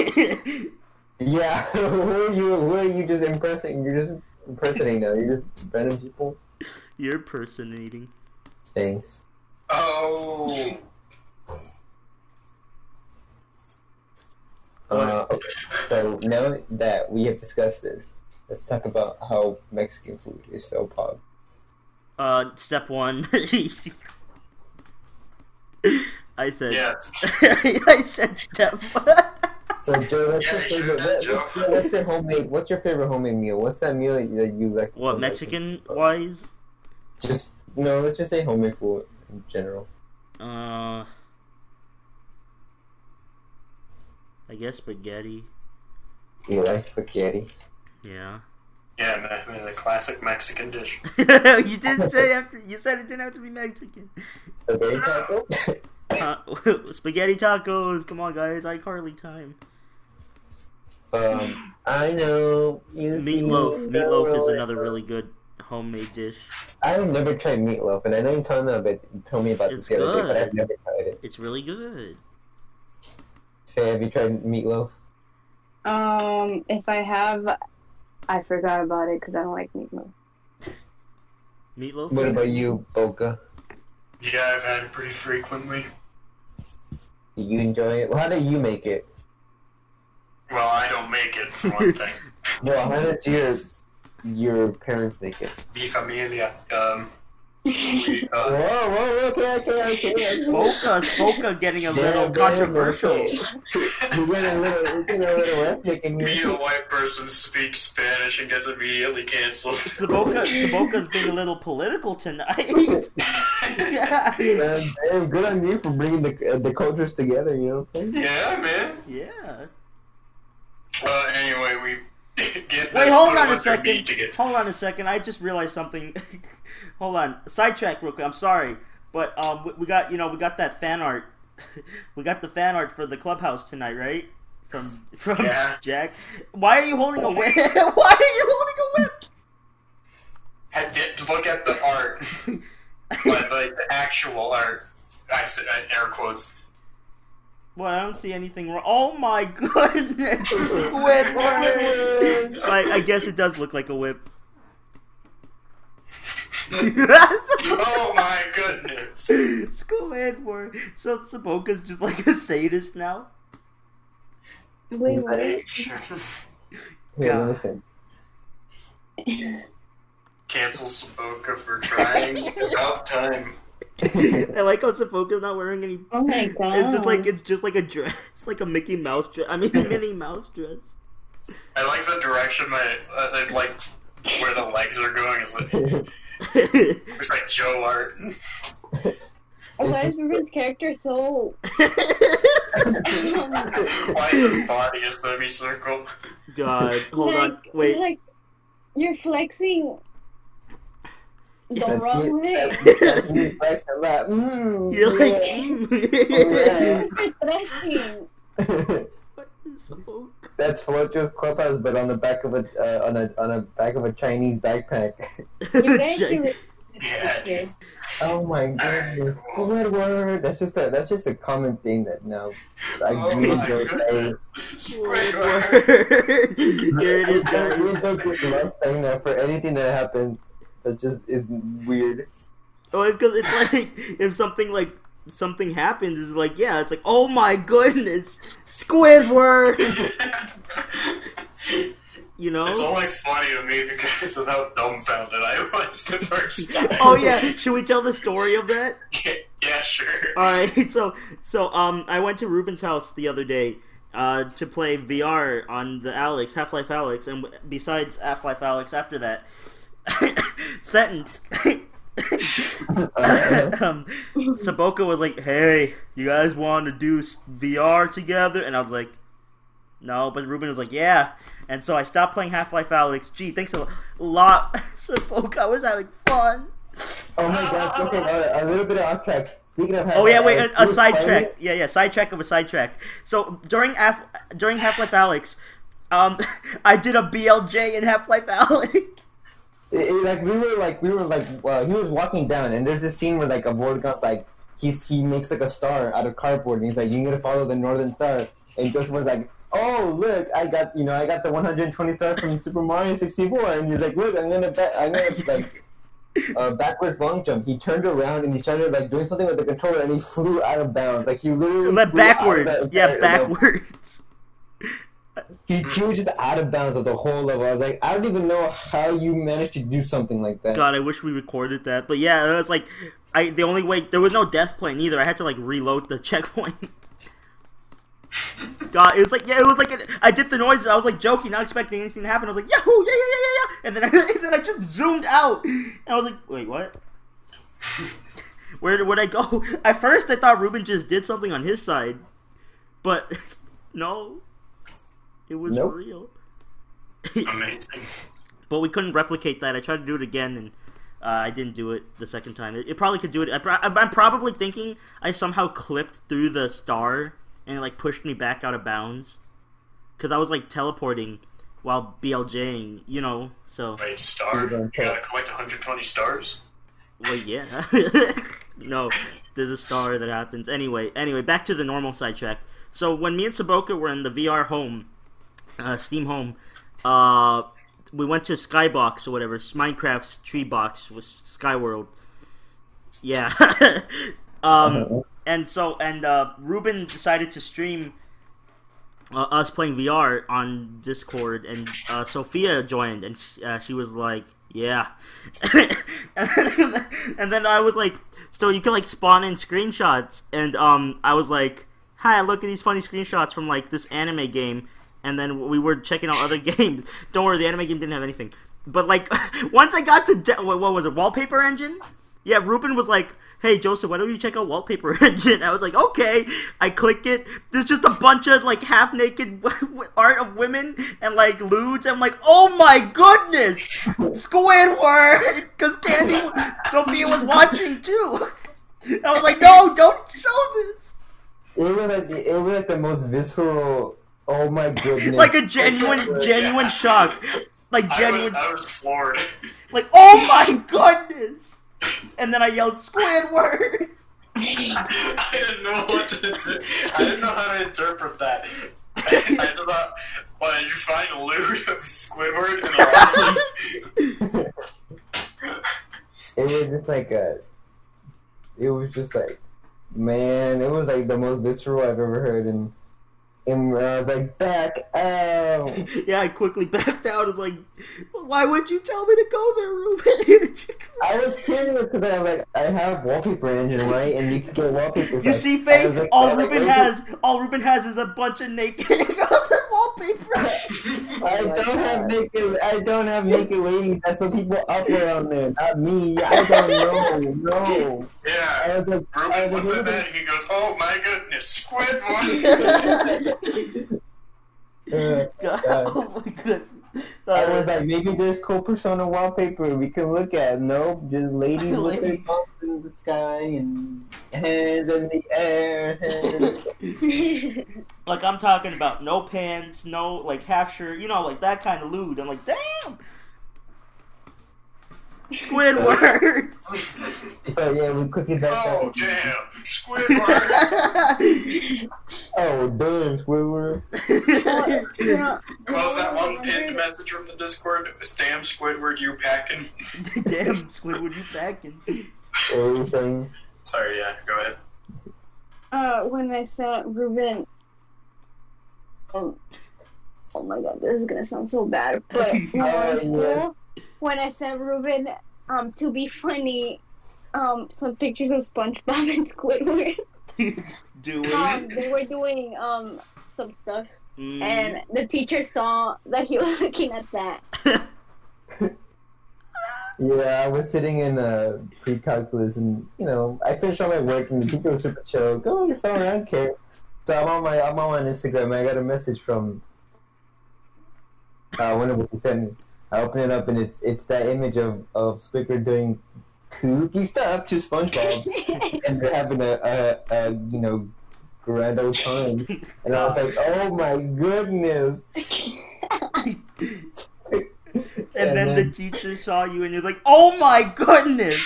Speaker 3: yeah. who are you? Who are you just impressing? You're just impersonating now. You're just random people.
Speaker 1: You're personating.
Speaker 3: Thanks.
Speaker 2: Oh.
Speaker 3: Uh, okay. So now that we have discussed this, let's talk about how Mexican food is so popular.
Speaker 1: Uh, step one. I said.
Speaker 2: Yes.
Speaker 1: I said step one.
Speaker 3: So Joe, what's
Speaker 2: Yeah,
Speaker 3: your
Speaker 2: they should
Speaker 3: favorite?
Speaker 2: have
Speaker 3: What,
Speaker 2: Joe.
Speaker 3: what's your- what's your homemade? What's your favorite homemade meal? What's that meal that you like?
Speaker 1: what Mexican wise?
Speaker 3: Just no. Let's just say homemade food in general.
Speaker 1: Uh, I guess spaghetti.
Speaker 3: You like spaghetti?
Speaker 1: Yeah.
Speaker 2: Yeah, man, the classic Mexican dish.
Speaker 1: you did say after you said it didn't have to be Mexican.
Speaker 3: Spaghetti
Speaker 2: Ah.
Speaker 3: taco?
Speaker 1: Uh, spaghetti tacos. Come on, guys. iCarly time.
Speaker 3: um, I know. you-
Speaker 1: Meatloaf.
Speaker 3: you
Speaker 1: Meatloaf is
Speaker 3: know-
Speaker 1: another really good homemade dish.
Speaker 3: I've never tried meatloaf, and I know you told me about told me about
Speaker 1: It's
Speaker 3: this the other day, but
Speaker 1: good.
Speaker 3: I've never tried it.
Speaker 1: It's really good.
Speaker 3: Faye, have you tried meatloaf?
Speaker 4: Um, if I have, I forgot about it because I don't like meatloaf.
Speaker 1: Meatloaf.
Speaker 3: What
Speaker 1: is-
Speaker 3: about you, Boca?
Speaker 2: Yeah, I've had it pretty frequently.
Speaker 3: Do you enjoy it? Well, how do you make it?
Speaker 2: Well, I don't make it, for one thing.
Speaker 3: Well, how does your your parents make it?
Speaker 2: Mi familia. Um, we,
Speaker 3: Whoa,
Speaker 2: uh,
Speaker 3: whoa, okay, okay, okay. okay.
Speaker 1: Boca, Boca getting a little
Speaker 3: Damn, damn,
Speaker 1: controversial.
Speaker 3: okay. We're getting a little, we're getting a little ethnic in
Speaker 2: me,
Speaker 3: here.
Speaker 2: a white person, speaks Spanish and gets immediately canceled.
Speaker 1: Saboka, Saboka's being a little political tonight. yeah.
Speaker 3: Man, damn, good on you for bringing the uh, the cultures together. You know what I'm saying?
Speaker 2: yeah, man.
Speaker 1: yeah.
Speaker 2: Uh, anyway, we get
Speaker 1: Wait,
Speaker 2: this
Speaker 1: hold
Speaker 2: put
Speaker 1: on a
Speaker 2: with their meat
Speaker 1: second.
Speaker 2: To get...
Speaker 1: Hold on a second. I just realized something. hold on. Sidetrack real quick. I'm sorry, but um, we- we got you know we got that fan art. we got the fan art for the clubhouse tonight, right? From from
Speaker 2: Yeah.
Speaker 1: Jack. Why are you holding a whip? Why are you holding a whip?
Speaker 2: Had to look at the art, but like the actual art. I said I- air quotes.
Speaker 1: Well, I don't see anything wrong. Oh my goodness! Squidward! I, I guess it does look like a whip.
Speaker 2: Oh my goodness!
Speaker 1: Squidward! So Saboka's just like a sadist now?
Speaker 4: Wait, what?
Speaker 2: Cancel
Speaker 3: Here,
Speaker 1: God.
Speaker 3: listen.
Speaker 2: Saboka for trying. About time.
Speaker 1: I like how Saboka's not wearing any.
Speaker 4: Oh my god!
Speaker 1: It's just like it's just like a dress, it's like a Mickey Mouse dress. I mean, Minnie Mouse dress.
Speaker 2: I like the direction my uh, I like where the legs are going. It's like, it's like Joe art.
Speaker 4: Why is Ruben's character so? Um,
Speaker 2: Why is his body a semicircle?
Speaker 1: God, hold on,
Speaker 4: like-
Speaker 1: wait.
Speaker 4: Like you're flexing the
Speaker 3: That's
Speaker 4: wrong
Speaker 3: me-
Speaker 4: way.
Speaker 3: that's me- that's me flexing a lot. Mm,
Speaker 1: You're like.
Speaker 3: Yeah.
Speaker 4: You're thrusting.
Speaker 3: yeah.
Speaker 1: What is Saboka?
Speaker 3: that's Fortress Clubhouse, but on the back of a uh, on a on a back of a Chinese backpack.
Speaker 4: You guys do
Speaker 1: Jake.
Speaker 4: it.
Speaker 2: Yeah. dude.
Speaker 3: Oh my goodness, Squidward! That's just a that's just a common thing that now I
Speaker 2: Oh
Speaker 3: really
Speaker 2: my
Speaker 3: don't say.
Speaker 2: goodness.
Speaker 1: Oh,
Speaker 2: Squidward.
Speaker 1: Here it is,
Speaker 3: I
Speaker 1: guys.
Speaker 3: really don't get love saying that for anything that happens. That just is weird.
Speaker 1: Oh, it's because it's like if something like something happens, it's like yeah, it's like oh my goodness, Squidward. You
Speaker 2: It's
Speaker 1: know?
Speaker 2: only funny to me because of how dumbfounded I was the first time.
Speaker 1: Oh yeah. Should we tell the story of that?
Speaker 2: yeah, sure.
Speaker 1: All right. So so um, I went to Ruben's house the other day. Uh, to play VR on the Alex Half Life Alex, and besides Half Life Alex, after that sentence,
Speaker 3: Uh,
Speaker 1: um, Saboka was like, "Hey, you guys want to do s- VR together?" And I was like, "No," but Ruben was like, "Yeah." And so I stopped playing Half Life Alex. Gee, thanks a lot, Saboka. I was having fun.
Speaker 3: oh my god! Talking about a little bit of off track. Speaking of,
Speaker 1: Oh yeah, wait,
Speaker 3: uh,
Speaker 1: a, a
Speaker 3: Bruce
Speaker 1: sidetrack.
Speaker 3: Wayne-
Speaker 1: Yeah, yeah, sidetrack of a sidetrack. So during Af- during Half Life Alex, um, I did a BLJ in Half Life Alex.
Speaker 3: It, it, like we were like we were like uh, he was walking down and there's this scene where like a board gun's like he's he makes like a star out of cardboard and he's like you need to follow the northern star and Joseph's like "Oh, look, I got you know, I got the 120 star from Super Mario 64," and he's like, "Look, I'm gonna bet, I'm gonna like." Uh, backwards long jump. He turned around and he started like doing something with the controller, and he flew out of bounds. Like he literally
Speaker 1: Let
Speaker 3: flew out of
Speaker 1: backwards.
Speaker 3: that
Speaker 1: Yeah,
Speaker 3: entire level.
Speaker 1: backwards.
Speaker 3: He, he was just out of bounds of the whole level. I was like, I don't even know how you managed to do something like that.
Speaker 1: God, I wish we recorded that. But yeah, it was like I the only way there was no death plane either. I had to like reload the checkpoint. God, it was like yeah, it was like an, I did the noises. I was like joking, not expecting anything to happen. I was like yahoo, yeah, yeah, yeah, yeah, yeah, and then I, and then I just zoomed out, and I was like, wait, what? Where would I go? At first, I thought Ruben just did something on his side, but no, it was
Speaker 3: Nope.
Speaker 1: real
Speaker 2: Amazing.
Speaker 1: but we couldn't replicate that. I tried to do it again, and uh, I didn't do it the second time. It, it probably could do it. I pro- I'm I'm probably thinking I somehow clipped through the star and it, like pushed me back out of bounds because I was like teleporting while BLJing, you know. So,
Speaker 2: Wait, star?
Speaker 3: You're
Speaker 2: You
Speaker 3: on
Speaker 2: gotta
Speaker 3: track.
Speaker 2: collect 120 stars?
Speaker 1: well, yeah. no, there's a star that happens. Anyway, anyway, back to the normal sidetrack. So when me and Saboka were in the VR home, uh, Steam Home, uh, we went to Skybox or whatever. It's Minecraft's tree box was Skyworld. Yeah. um, and so and uh, Ruben decided to stream uh, us playing VR on Discord, and uh, Sophia joined, and sh- uh, she was like, "Yeah," and then I was like, "So you can like spawn in screenshots," and um, I was like, "Hi, look at these funny screenshots from like this anime game," and then we were checking out other games. Don't worry, the anime game didn't have anything. But like, once I got to de- what, what was it, Wallpaper Engine? Yeah, Ruben was like, "Hey Joseph, why don't you check out Wallpaper Engine?" I was like, "Okay." I click it. There's just a bunch of like half naked art of women and like lewds. I'm like, "Oh my goodness, Squidward!" Because Candy, Sophia was watching too. I was like, "No, don't show this."
Speaker 3: It was like it was like the most visceral. Oh my goodness!
Speaker 1: Like a genuine, genuine shock. Like
Speaker 2: I was,
Speaker 1: genuine,
Speaker 2: I was floored.
Speaker 1: like, "Oh my goodness!" And then I yelled, "Squidward!"
Speaker 2: I didn't know what to do. I didn't know how to interpret that. I, I thought, well, did you find a loot of Squidward in the
Speaker 3: it was just like a. It was just like, man, it was like the most visceral I've ever heard, and and I was like, back out.
Speaker 1: Yeah, I quickly backed out. It's like, why would you tell me to go there, Ruben?
Speaker 3: I was hearing it because I was like, I have wallpaper engine right, and you can get wallpaper.
Speaker 1: you
Speaker 3: effects.
Speaker 1: see,
Speaker 3: I
Speaker 1: Faye,
Speaker 3: was like- I
Speaker 1: all
Speaker 3: was like,
Speaker 1: Ruben
Speaker 3: wait,
Speaker 1: has, all Ruben has is a bunch of naked wallpaper.
Speaker 3: I don't have naked. I don't have naked ladies. That's what people upload on there, not me. I don't know. No. I
Speaker 2: Yeah.
Speaker 3: was like, I
Speaker 2: Ruben
Speaker 3: was like,
Speaker 2: looks
Speaker 3: wait
Speaker 2: at that and he goes, oh my goodness, Squidward!
Speaker 3: Uh, a minute. Uh,
Speaker 1: oh my Uh, god.
Speaker 3: I was like, maybe there's cool persona wallpaper we can look at. Nope, just ladies with their
Speaker 1: Ladies.
Speaker 3: bumps in the sky and hands in the air. hands-
Speaker 1: like I'm talking about no pants, no like half shirt, you know, like that kind of lewd. I'm like, damn, Squidward.
Speaker 3: so yeah, we quickly back
Speaker 2: oh,
Speaker 3: up.
Speaker 2: damn, Squidward!
Speaker 3: Oh, damn, Squidward.
Speaker 2: What was that one pinned message from the Discord? It was, damn, Squidward, you packing?
Speaker 1: damn, Squidward, you packing?
Speaker 3: Everything.
Speaker 2: Sorry, yeah, go ahead.
Speaker 4: Uh, when I saw Ruben. Oh, oh my god, this is gonna sound so bad, but when, I
Speaker 3: Oh, yeah.
Speaker 4: saw- when I said Ruben, um, to be funny, um, some pictures of SpongeBob and Squidward.
Speaker 1: Do
Speaker 4: Um,
Speaker 1: it.
Speaker 4: they were doing um some stuff,
Speaker 1: Mm.
Speaker 4: and
Speaker 2: Mm-hmm.
Speaker 4: the teacher saw that he was looking at that.
Speaker 3: Yeah, I was sitting in uh, pre-calculus, and you know, I finished all my work, and the teacher was super chill. Go on your phone, I don't care. So I'm on my I'm on my Instagram, and I got a message from. Uh, one of them sent me. I open it up, and it's it's that image of of Squidward doing kooky stuff to SpongeBob, and they're having a, a, a you know grand old time. And I was like, oh my goodness.
Speaker 1: And then the teacher saw you and you're like, oh my goodness,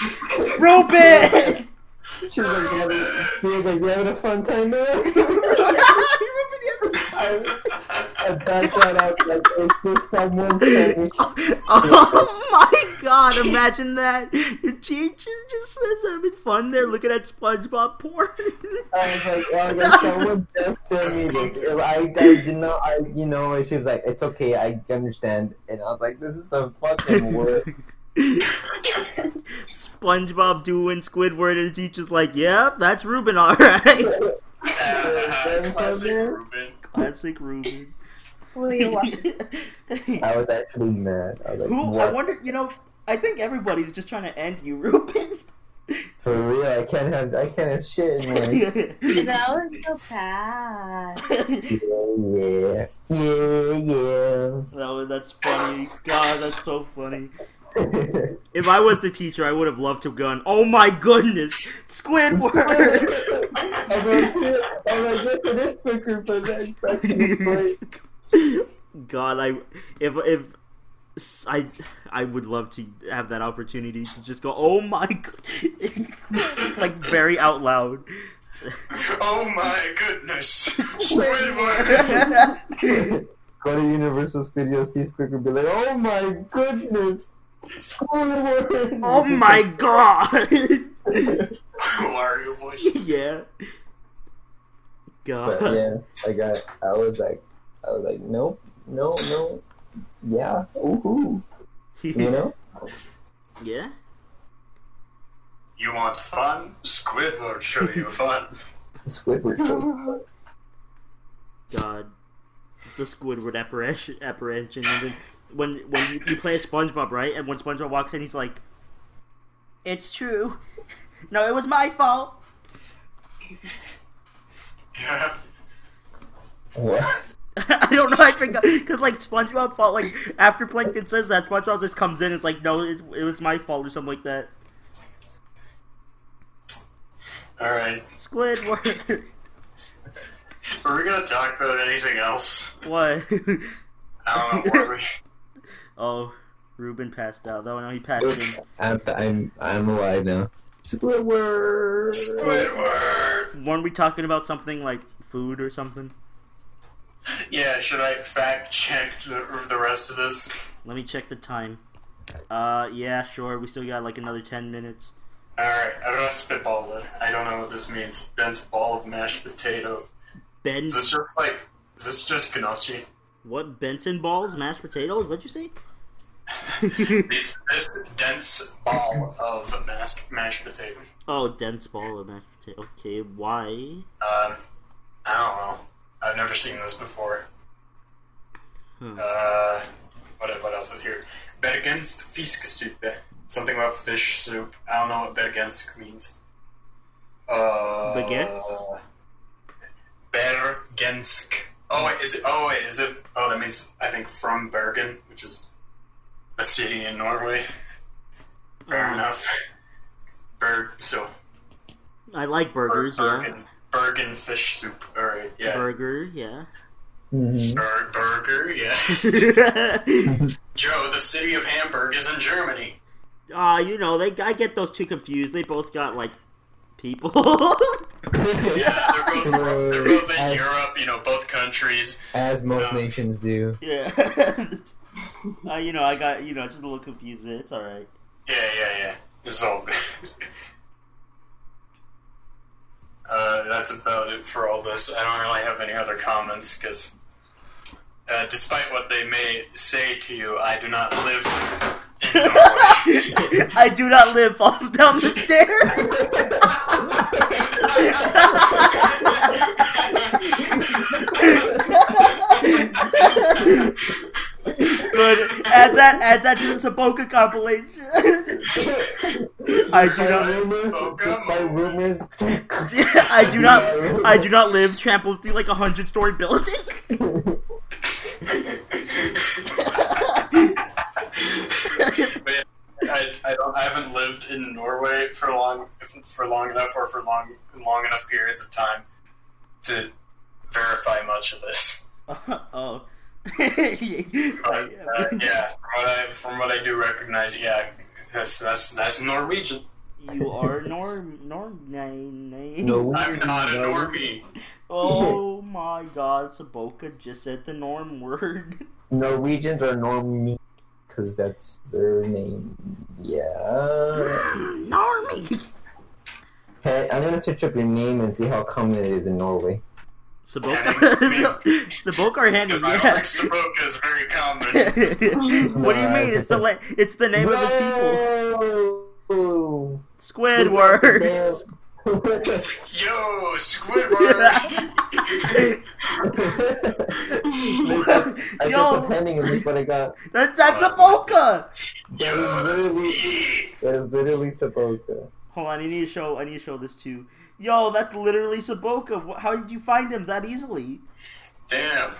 Speaker 1: Ruben!
Speaker 3: She was like, having, she was like, you having a fun time there?
Speaker 1: Ruben, you have a-
Speaker 3: I, I got that out like it's just someone saying
Speaker 1: oh my god, imagine that. Your teacher just says having fun there looking at SpongeBob porn.
Speaker 3: I was like, I was like, someone just sent me this. I, I did not, I, you know, and she was like, it's okay, I understand. And I was like, this is the fucking worst.
Speaker 1: SpongeBob doing Squidward and his teacher's like, yep, that's Ruben, alright.
Speaker 2: Classic Ruben.
Speaker 1: Classic Ruben.
Speaker 4: Will you watch it?
Speaker 1: Who,
Speaker 3: I was actually mad. I was like,
Speaker 1: I
Speaker 3: what?
Speaker 1: wonder, you know, I think everybody's just trying to end you, Ruben.
Speaker 3: For real, I can't have, I can't have shit in my
Speaker 4: That was so bad.
Speaker 3: Yeah, yeah, yeah,
Speaker 1: That was, that's funny. God, that's so funny.
Speaker 3: yeah.
Speaker 1: If I was the teacher, I would have loved to have gone, oh my goodness, Squidward!
Speaker 3: I'm like, shit, I'm like, this is this quicker, but that's fucking great.
Speaker 1: God, I if if s- I I would love to have that opportunity to just go, oh my, g-" like very out loud.
Speaker 2: Oh my goodness. Squidward.
Speaker 1: Squidward.
Speaker 3: Go to Universal Studios, see Squidward, be like, oh my goodness, Squidward.
Speaker 1: oh my god!
Speaker 2: Wario voice.
Speaker 1: yeah. God.
Speaker 3: But yeah, I got. I was like, I was like, nope, no, no, yeah, ooh, you know.
Speaker 1: Yeah.
Speaker 2: You want fun? Squidward show you fun.
Speaker 3: Squidward.
Speaker 1: God, the Squidward apparition, apparition, and then when when you, you play as SpongeBob, right? And when SpongeBob walks in, he's like, "It's true. No, it was my fault."
Speaker 2: Yeah.
Speaker 3: What?
Speaker 1: I don't know. I forgot because like SpongeBob fought like after Plankton says that SpongeBob just comes in. It's like no, it, it was my fault or something like that.
Speaker 2: Alright.
Speaker 1: Squidward,
Speaker 2: Are we gonna talk about anything else?
Speaker 1: what?
Speaker 2: I don't know, were we?
Speaker 1: oh, Ruben passed out. though. no, he passed in.
Speaker 3: I'm, I'm, I'm alive now. Squidward.
Speaker 2: Squidward!
Speaker 1: Weren't we talking about something like food or something?
Speaker 2: Yeah, should I fact check the, the rest of this?
Speaker 1: Let me check the time. Uh, yeah, sure. We still got like another ten minutes.
Speaker 2: Alright, I'm gonna spitball it. I don't know what this means. Dense ball of mashed potato.
Speaker 1: Ben,
Speaker 2: Is this just like. Is this just Ganache?
Speaker 1: what Benson balls, mashed potatoes? What'd you say?
Speaker 2: This, this dense ball of mashed, mashed potato.
Speaker 1: oh, dense ball of mashed potato. Okay, why?
Speaker 2: Um, I don't know. I've never seen this before.
Speaker 1: Hmm.
Speaker 2: Uh, what, what else is here? Bergenst Fiskesuppe. Something about fish soup. I don't know what Bergensk means. Uh,
Speaker 1: Baguettes?
Speaker 2: Bergensk. Oh wait, is it? Oh wait, is it? Oh, that means I think from Bergen, which is a city in Norway. Fair
Speaker 1: Oh.
Speaker 2: enough. Berg. So
Speaker 1: I like
Speaker 2: Ber-
Speaker 1: burgers. yeah,
Speaker 2: Bergen. Bergen fish soup. All right. Yeah.
Speaker 1: burger. Yeah.
Speaker 3: Mhm.
Speaker 2: Bur- burger. Yeah. Joe, the city of Hamburg is in Germany.
Speaker 1: Ah, you know they. I get those two confused. They both got like people.
Speaker 2: Yeah, they're both, they're both in
Speaker 3: as,
Speaker 2: Europe, you know, both countries.
Speaker 3: as most
Speaker 2: No.
Speaker 3: nations do.
Speaker 1: yeah. uh, you know I got you know just a little confused. There. It's all right.
Speaker 2: Yeah, yeah, yeah. It's all good. uh, that's about it for all this. I don't really have any other comments because, uh, despite what they may say to you, I do not live in Norway.
Speaker 1: I do not live. Falls down the stairs. Good. Add that. Add that to the Saboka compilation. I do
Speaker 3: Despite
Speaker 1: not.
Speaker 3: rumors,
Speaker 2: Oh, come
Speaker 3: despite
Speaker 2: on.
Speaker 3: rumors,
Speaker 1: I do not. I do not live. Tramples through like a hundred story building.
Speaker 2: But yeah, I, I, don't, I haven't lived in Norway for long for long enough or for long long enough periods of time to verify much of this.
Speaker 1: oh.
Speaker 2: But, uh, yeah, from what I from what I do recognize, yeah, that's that's that's Norwegian.
Speaker 1: you are norm norm nine
Speaker 3: no,
Speaker 2: I'm not a normie.
Speaker 1: Oh my god, Saboka just said the norm word.
Speaker 3: Norwegians are normie because that's their name. Yeah.
Speaker 1: Normie!
Speaker 3: Hey, I'm gonna search up your name and see how common it is in Norway.
Speaker 1: Saboka?
Speaker 2: Yeah,
Speaker 1: Saboka or Henny?
Speaker 2: Because I don't think Saboka is very common.
Speaker 1: Yeah. what do you
Speaker 3: Nah,
Speaker 1: mean?
Speaker 3: it's
Speaker 1: It's the, la- it's the name of his people.
Speaker 3: people.
Speaker 1: Squidward!
Speaker 2: Yo, Squidward!
Speaker 3: I
Speaker 1: Yo.
Speaker 3: Yo. the pending is what I got.
Speaker 1: That's, that's Saboka!
Speaker 2: Yo, that's me!
Speaker 3: That is literally Saboka.
Speaker 1: Hold on, I need to show. I need to show this too. Yo, that's literally Saboka. Wh- How did you find him that easily?
Speaker 2: Damn.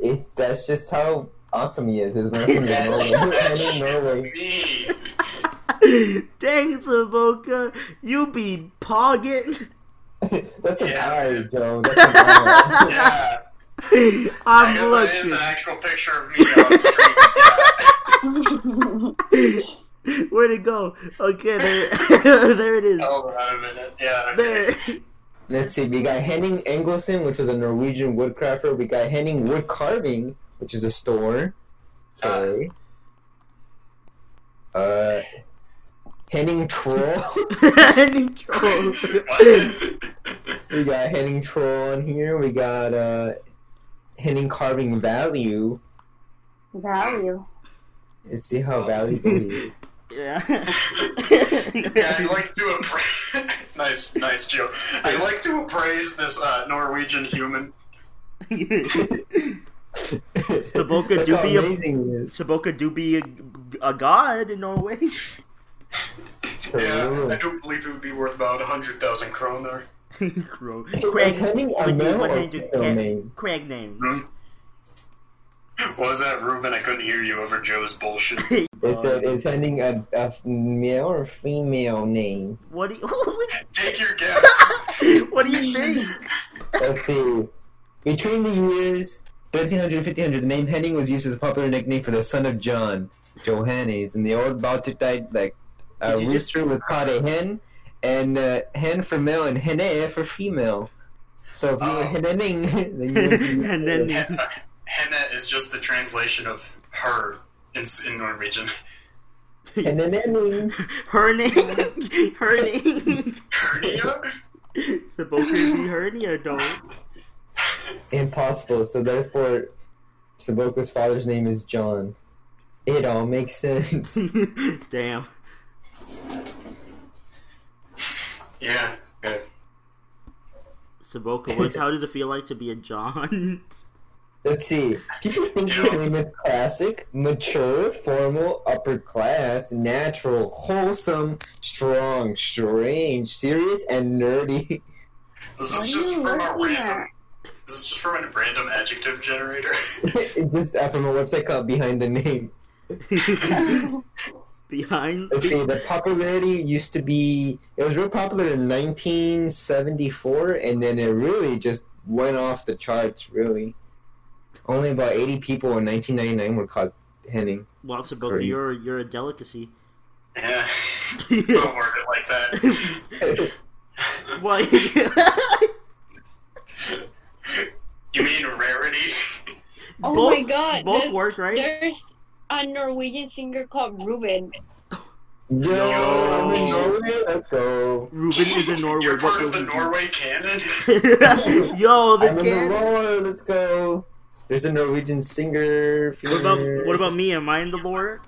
Speaker 3: It, that's just how awesome he is. His name is Norway. Penning, Norway.
Speaker 2: Me.
Speaker 1: Dang, Saboka, you be pogging.
Speaker 3: That's a
Speaker 2: Yeah.
Speaker 3: guy, Joe. That's a guy.
Speaker 2: Yeah. I guess
Speaker 1: I'm
Speaker 2: that is
Speaker 1: looking.
Speaker 2: an actual picture of me on the street.
Speaker 1: Where'd it go? Okay, there, there it is.
Speaker 2: Yeah. Hold on a minute. Yeah.
Speaker 1: There.
Speaker 2: Okay.
Speaker 3: Let's see. We got Henning Engelsen, which was a Norwegian woodcrafter. We got Henning Wood Carving, which is a store. Okay. Uh, Henning Troll.
Speaker 1: Any troll.
Speaker 3: we got Henning Troll on here. We got uh, Henning Carving Value.
Speaker 4: Value.
Speaker 3: Let's see how valuable he is.
Speaker 1: Yeah.
Speaker 2: yeah, I like to appraise. nice, nice joke. I like to appraise this uh, Norwegian human.
Speaker 1: Saboka
Speaker 3: That's
Speaker 1: do
Speaker 3: how
Speaker 1: be a-
Speaker 3: amazing he is.
Speaker 1: Saboka do be a, a god in Norway.
Speaker 2: Yeah, I
Speaker 3: True.
Speaker 2: don't believe it would be worth about hundred thousand kroner.
Speaker 1: Crow.
Speaker 3: Is
Speaker 1: Craig,
Speaker 3: Henning a
Speaker 1: would be
Speaker 3: male
Speaker 1: one
Speaker 3: or
Speaker 1: hundred
Speaker 3: female name?
Speaker 1: Craig name.
Speaker 2: What was that, Ruben? I couldn't hear you over Joe's bullshit.
Speaker 3: It's a, is Henning a, a male or female name?
Speaker 1: What do you
Speaker 2: Take your guess.
Speaker 1: What do you think?
Speaker 3: Let's see. Between the years 1300 and 1500, the name Henning was used as a popular nickname for the son of John, Johannes. In the old Baltic dialect, a
Speaker 1: Did you just-
Speaker 3: rooster was called a hen, and uh, hen for male and henne for female. So if you were
Speaker 2: Oh.
Speaker 3: Henning, then you would be-
Speaker 1: and then
Speaker 2: Henna henna is just the translation of her in, in Norwegian.
Speaker 3: Henning.
Speaker 1: hernia, hernia.
Speaker 2: Hernia?
Speaker 1: Saboka be hernia, don't.
Speaker 3: Impossible. So therefore, Saboka's father's name is John. It all makes sense.
Speaker 1: Damn.
Speaker 2: Yeah. Okay.
Speaker 1: Saboka, what, how does it feel like to be a John?
Speaker 3: Let's see. People think the name is classic, mature, formal, upper class, natural, wholesome, strong, strange, serious, and nerdy.
Speaker 2: This
Speaker 4: What
Speaker 2: is
Speaker 4: are
Speaker 2: just
Speaker 4: you
Speaker 2: from a
Speaker 4: looking
Speaker 2: random.
Speaker 4: at?
Speaker 2: This is just from a random adjective generator.
Speaker 3: It's just uh, from a website called Behind the Name.
Speaker 1: Behind.
Speaker 3: Let's see. The popularity used to be it was real popular in 1974, and then it really just went off the charts. Really, only about 80 people in 1999 were called Henning.
Speaker 1: Well, Saboka,
Speaker 3: Great.
Speaker 1: you're you're a delicacy.
Speaker 2: yeah. Don't word it like that.
Speaker 1: Why?
Speaker 2: You mean rarity?
Speaker 4: Oh
Speaker 1: Both-
Speaker 4: my god.
Speaker 1: Both
Speaker 4: there-
Speaker 1: work, right?
Speaker 4: There's a Norwegian singer called Ruben.
Speaker 3: Yo, I'm in
Speaker 1: Yo.
Speaker 3: Norway. Let's go.
Speaker 1: Ruben is in Norway.
Speaker 2: You're
Speaker 1: what
Speaker 2: part of
Speaker 1: will
Speaker 2: the
Speaker 1: he do?
Speaker 2: Norway canon?
Speaker 1: Yo, the
Speaker 3: I'm in
Speaker 1: kid.
Speaker 3: the lore. Let's go. There's a Norwegian singer.
Speaker 1: What about what about me? Am I in the lore?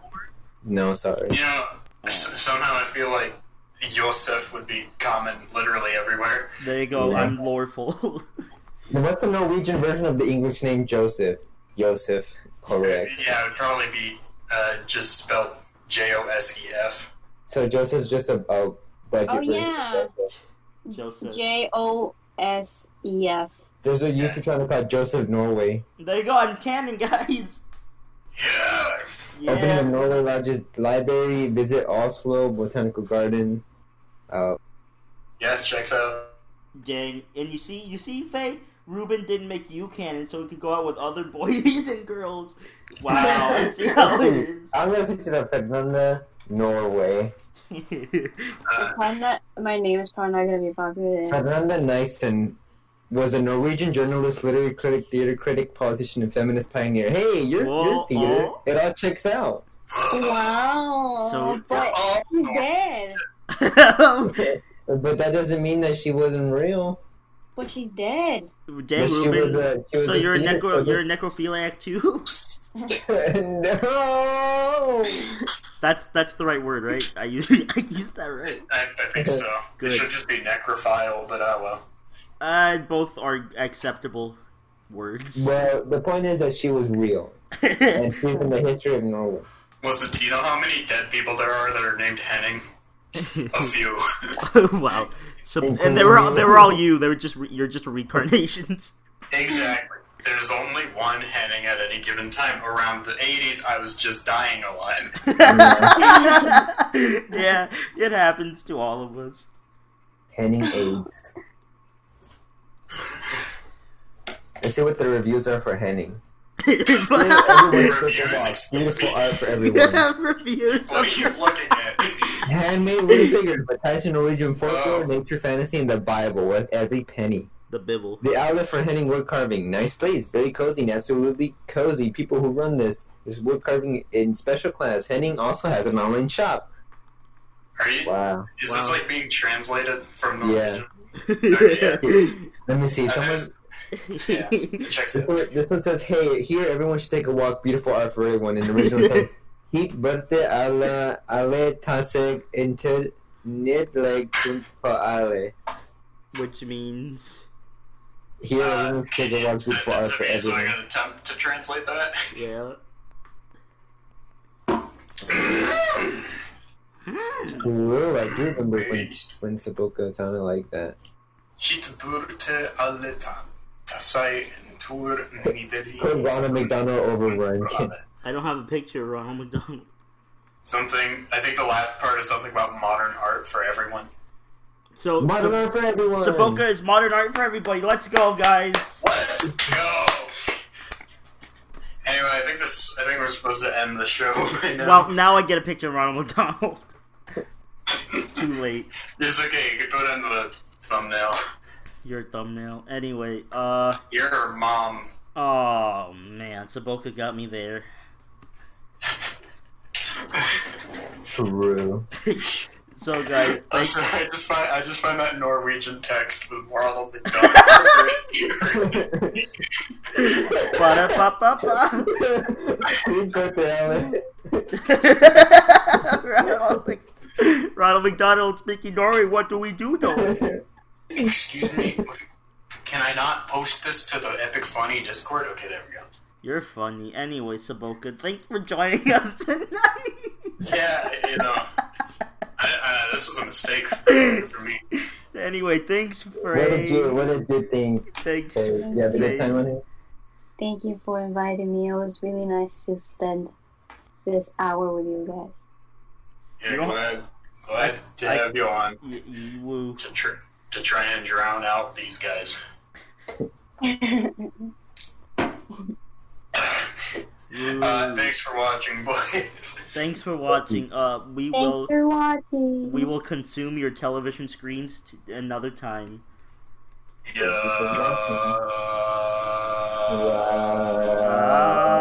Speaker 3: No, sorry.
Speaker 2: You know, s- somehow I feel like Yosef would be common literally everywhere.
Speaker 1: There you go.
Speaker 3: Yeah.
Speaker 1: I'm loreful.
Speaker 3: What's the Norwegian version of the English name Joseph? Joseph, correct.
Speaker 2: Yeah, it would probably be uh, just spelled J O S E F.
Speaker 3: So Joseph's just a, a budget.
Speaker 4: Oh,
Speaker 3: version of
Speaker 4: yeah.
Speaker 3: Joseph.
Speaker 1: Joseph.
Speaker 4: J O S E F.
Speaker 3: There's a YouTube channel called Joseph Norway.
Speaker 1: There you go. I'm canon, guys.
Speaker 2: Yeah.
Speaker 3: Opening of
Speaker 1: Yeah.
Speaker 3: Norway Lodge's library. Visit Oslo Botanical Garden. Uh,
Speaker 2: Yeah, checks out.
Speaker 1: Dang. And you see, you see, Faye. Ruben didn't make you canon, so he could go out with other boys and girls. Wow. see how it is.
Speaker 3: I'm gonna switch it up. Fernanda Norway.
Speaker 1: Fernanda
Speaker 4: It's probably not, my name is probably not going to be popular.
Speaker 3: Fernanda Nysen was a Norwegian journalist, literary critic, theater critic, politician, and feminist pioneer. Hey, your, your
Speaker 1: Whoa,
Speaker 3: theater,
Speaker 1: oh.
Speaker 3: it all checks out.
Speaker 4: Wow.
Speaker 1: So-
Speaker 4: but she dead.
Speaker 1: Um,
Speaker 3: But that doesn't mean that she wasn't real.
Speaker 4: But she's dead.
Speaker 1: Dang,
Speaker 3: But she
Speaker 1: Ruben.
Speaker 3: was a- she was
Speaker 1: so
Speaker 3: a
Speaker 1: you're a
Speaker 3: theater
Speaker 1: necro,
Speaker 3: critic.
Speaker 1: you're a necrophiliac too.
Speaker 3: no.
Speaker 1: that's that's the right word, right? I use I used that right.
Speaker 2: I, I think so.
Speaker 1: Good.
Speaker 2: It should just be necrophile, but ah well.
Speaker 1: Uh, both are acceptable words.
Speaker 3: Well, the point is that she was real, and she's in the history of Norway.
Speaker 2: Listen, do you know how many dead people there are that are named Henning?
Speaker 1: Hmm.
Speaker 2: A few.
Speaker 1: wow. So and they were all, they were all you. They were just re- you're just reincarnations.
Speaker 2: exactly. There's only one Henning at any given time. Around the 80s, I was just dying a lot.
Speaker 1: yeah, it happens to all of us.
Speaker 3: Henning AIDS. Let's see what the reviews are for Henning. Everyone puts it out. Beautiful art for everyone.
Speaker 1: Reviews.
Speaker 2: What are you looking at?
Speaker 3: Handmade wooden figures by Tyson Norwegian folklore, nature, fantasy, and the Bible worth every penny.
Speaker 1: The bibble.
Speaker 3: The outlet for Henning wood carving. Nice place. Very cozy and absolutely cozy. People who run this this wood carving in special class. Henning also has an online shop.
Speaker 2: Are you,
Speaker 3: Wow.
Speaker 2: Is
Speaker 1: Wow.
Speaker 2: this like being translated from
Speaker 3: Yeah.
Speaker 2: Norwegian?
Speaker 3: Let me see.
Speaker 2: Uh,
Speaker 3: Someone
Speaker 2: Yeah. Checks
Speaker 3: This
Speaker 2: it.
Speaker 3: one, this one says, "Hey, here everyone should take a walk. Beautiful art for everyone." And the original says, "Hit berte alla alle tasek internetleg på alle."
Speaker 1: Which means,
Speaker 3: Here everyone should take a walk.
Speaker 2: It's sent
Speaker 3: Beautiful art
Speaker 2: to
Speaker 3: for
Speaker 2: me, so I
Speaker 3: everyone.
Speaker 2: gotta attempt to translate that.
Speaker 1: yeah.
Speaker 3: Cool. I do remember when
Speaker 2: Beast.
Speaker 3: when Sabuka sounded like that.
Speaker 2: Kitburte alle ta- tasai tur nideri.
Speaker 3: Put Ronald McDonald over Run.
Speaker 1: I don't have a picture of Ronald McDonald.
Speaker 2: Something. I think the last part is something about modern art for everyone.
Speaker 1: So,
Speaker 3: Modern art for everyone.
Speaker 1: so Saboka is modern art for everybody. Let's go, guys.
Speaker 2: Let's go. Anyway, I think this. I think we're supposed to end the show right now.
Speaker 1: Well, now I get a picture of Ronald McDonald. Too late.
Speaker 2: it's okay. You can put it in the thumbnail.
Speaker 1: Your thumbnail. Anyway, uh,
Speaker 2: Your mom.
Speaker 1: oh man, Saboka got me there.
Speaker 3: True.
Speaker 1: So, guys,
Speaker 2: I
Speaker 1: thank-
Speaker 2: just, I just find I just find that Norwegian text with Ronald McDonald.
Speaker 1: Ba-da-ba-ba-ba.
Speaker 3: Hit berte alle.
Speaker 1: Ronald, Mc- Ronald McDonald speaking Norway. What do we do though?
Speaker 2: Excuse me. Can I not post this to the Epic Funny Discord? Okay, there we go.
Speaker 1: You're funny. Anyway, Saboka, thanks for joining us tonight.
Speaker 2: Yeah, you know, I, uh, this was a mistake for me.
Speaker 1: anyway, thanks, Frey.
Speaker 3: What a good, what a good thing.
Speaker 1: Thanks.
Speaker 3: Hey, you have a good time on it.
Speaker 4: Thank you for inviting me. It was really nice to spend this hour with you guys.
Speaker 2: Yeah,
Speaker 1: You don't-
Speaker 2: glad, glad to
Speaker 1: I-
Speaker 2: have you on
Speaker 1: Y- y- woo.
Speaker 2: to tr- to try and drown out these guys.
Speaker 1: Woo.
Speaker 2: Uh, thanks for watching, boys.
Speaker 1: Thanks for watching. Uh, we
Speaker 4: Thanks
Speaker 1: will
Speaker 4: for watching.
Speaker 1: we will consume your television screens t- another time.
Speaker 2: Yeah.
Speaker 3: Wow.
Speaker 1: Ah.